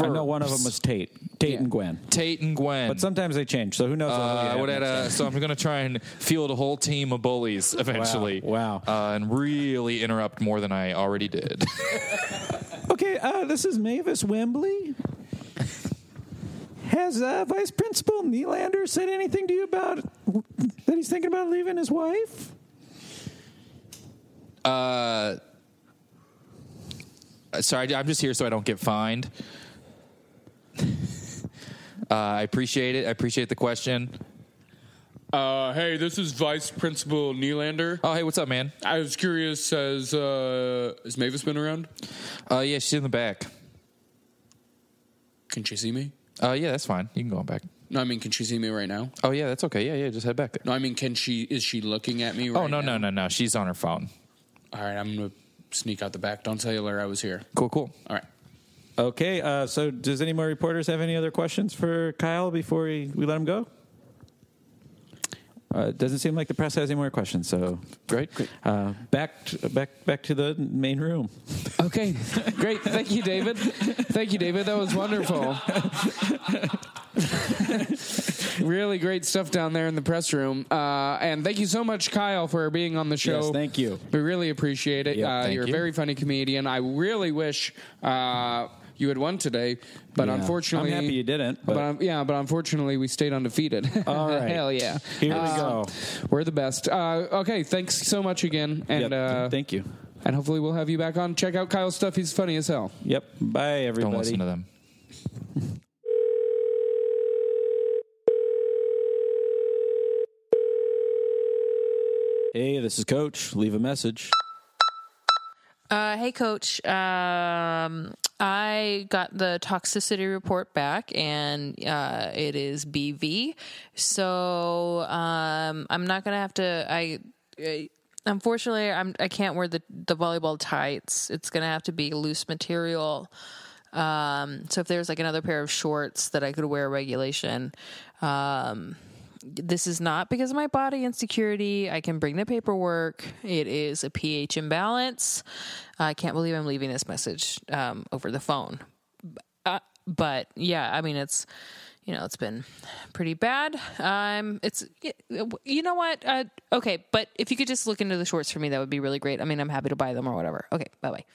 S1: I know one of them was Tate. Tate
S3: Yeah.
S1: and Gwen.
S4: Tate and Gwen.
S1: But Oh, sometimes they change, so who knows? Mm-hmm. what
S4: Uh,
S1: we
S4: I
S1: have
S4: would add
S1: next
S4: a, so I'm going to try and field a whole team of bullies eventually.
S1: Wow.
S4: Uh, and really interrupt more than I already did.
S1: time. Okay, uh, this is Mavis Wembley. Has uh, Vice Principal Nylander said anything to you about that he's thinking about leaving his wife?
S4: sorry, I'm just here so I don't get fined. Uh, I appreciate it. I appreciate the question.
S3: uh, hey, this is Vice Principal Nylander.
S4: Oh, hey, what's up, man?
S3: I was curious, has uh, has Mavis been around?
S4: Uh, yeah, she's in the back.
S3: Can she see me?
S4: Uh, yeah, that's fine. You can go on back.
S3: No, I mean, can she see me right now?
S4: Oh, yeah, that's okay. Yeah, yeah, just head back there.
S3: No, I mean, can she? Is she looking at me?
S4: oh, no, no, no, no. She's on her phone.
S3: All right, I'm gonna sneak out the back. Don't tell her I was here.
S4: Cool, cool.
S3: All right.
S1: Okay, uh, so does any more reporters have any other questions for Kyle before we, we let him go? Uh, it doesn't seem like the press has any more questions, so
S4: Great. Great.
S1: uh, back to, back back to the main room.
S3: Okay, great. Thank you, David. Thank you, David. That was wonderful. really great stuff down there in the press room. Uh, and thank you so much, Kyle, for being on the show.
S1: Yes, thank you.
S3: We really appreciate it.
S1: Yeah,
S3: uh,
S4: thank
S3: you're
S4: you.
S3: a very funny comedian. I really wish uh, you had won today, but
S1: Yeah.
S3: unfortunately,
S1: I'm happy you didn't, but-
S3: um, yeah, but unfortunately, we stayed undefeated.
S1: All right.
S3: hell yeah.
S1: Here we
S3: Uh,
S1: go.
S3: We're the best. Uh, okay, thanks so much again,
S1: Yep,
S3: and uh,
S1: thank you.
S3: and hopefully we'll have you back on. Check out Kyle's stuff. He's funny as hell.
S1: Yep. Bye, everybody.
S4: Don't listen to them.
S1: Hey, this is Coach. Leave a message.
S2: Uh, hey, coach. Um, I got the toxicity report back, and uh, it is BV. So um, I'm not gonna have to. I, I unfortunately, I'm I can't wear the the volleyball tights. It's gonna have to be loose material. Um, so if there's like another pair of shorts that I could wear regulation, um, this is not because of my body insecurity. I can bring the paperwork. It is a pH imbalance. I can't believe I'm leaving this message um, over the phone. B- Uh, but yeah, I mean it's you know it's been pretty bad. Um, it's you know what? Uh, okay, but if you could just look into the shorts for me, that would be really great. I mean, I'm happy to buy them or whatever. Okay, bye bye.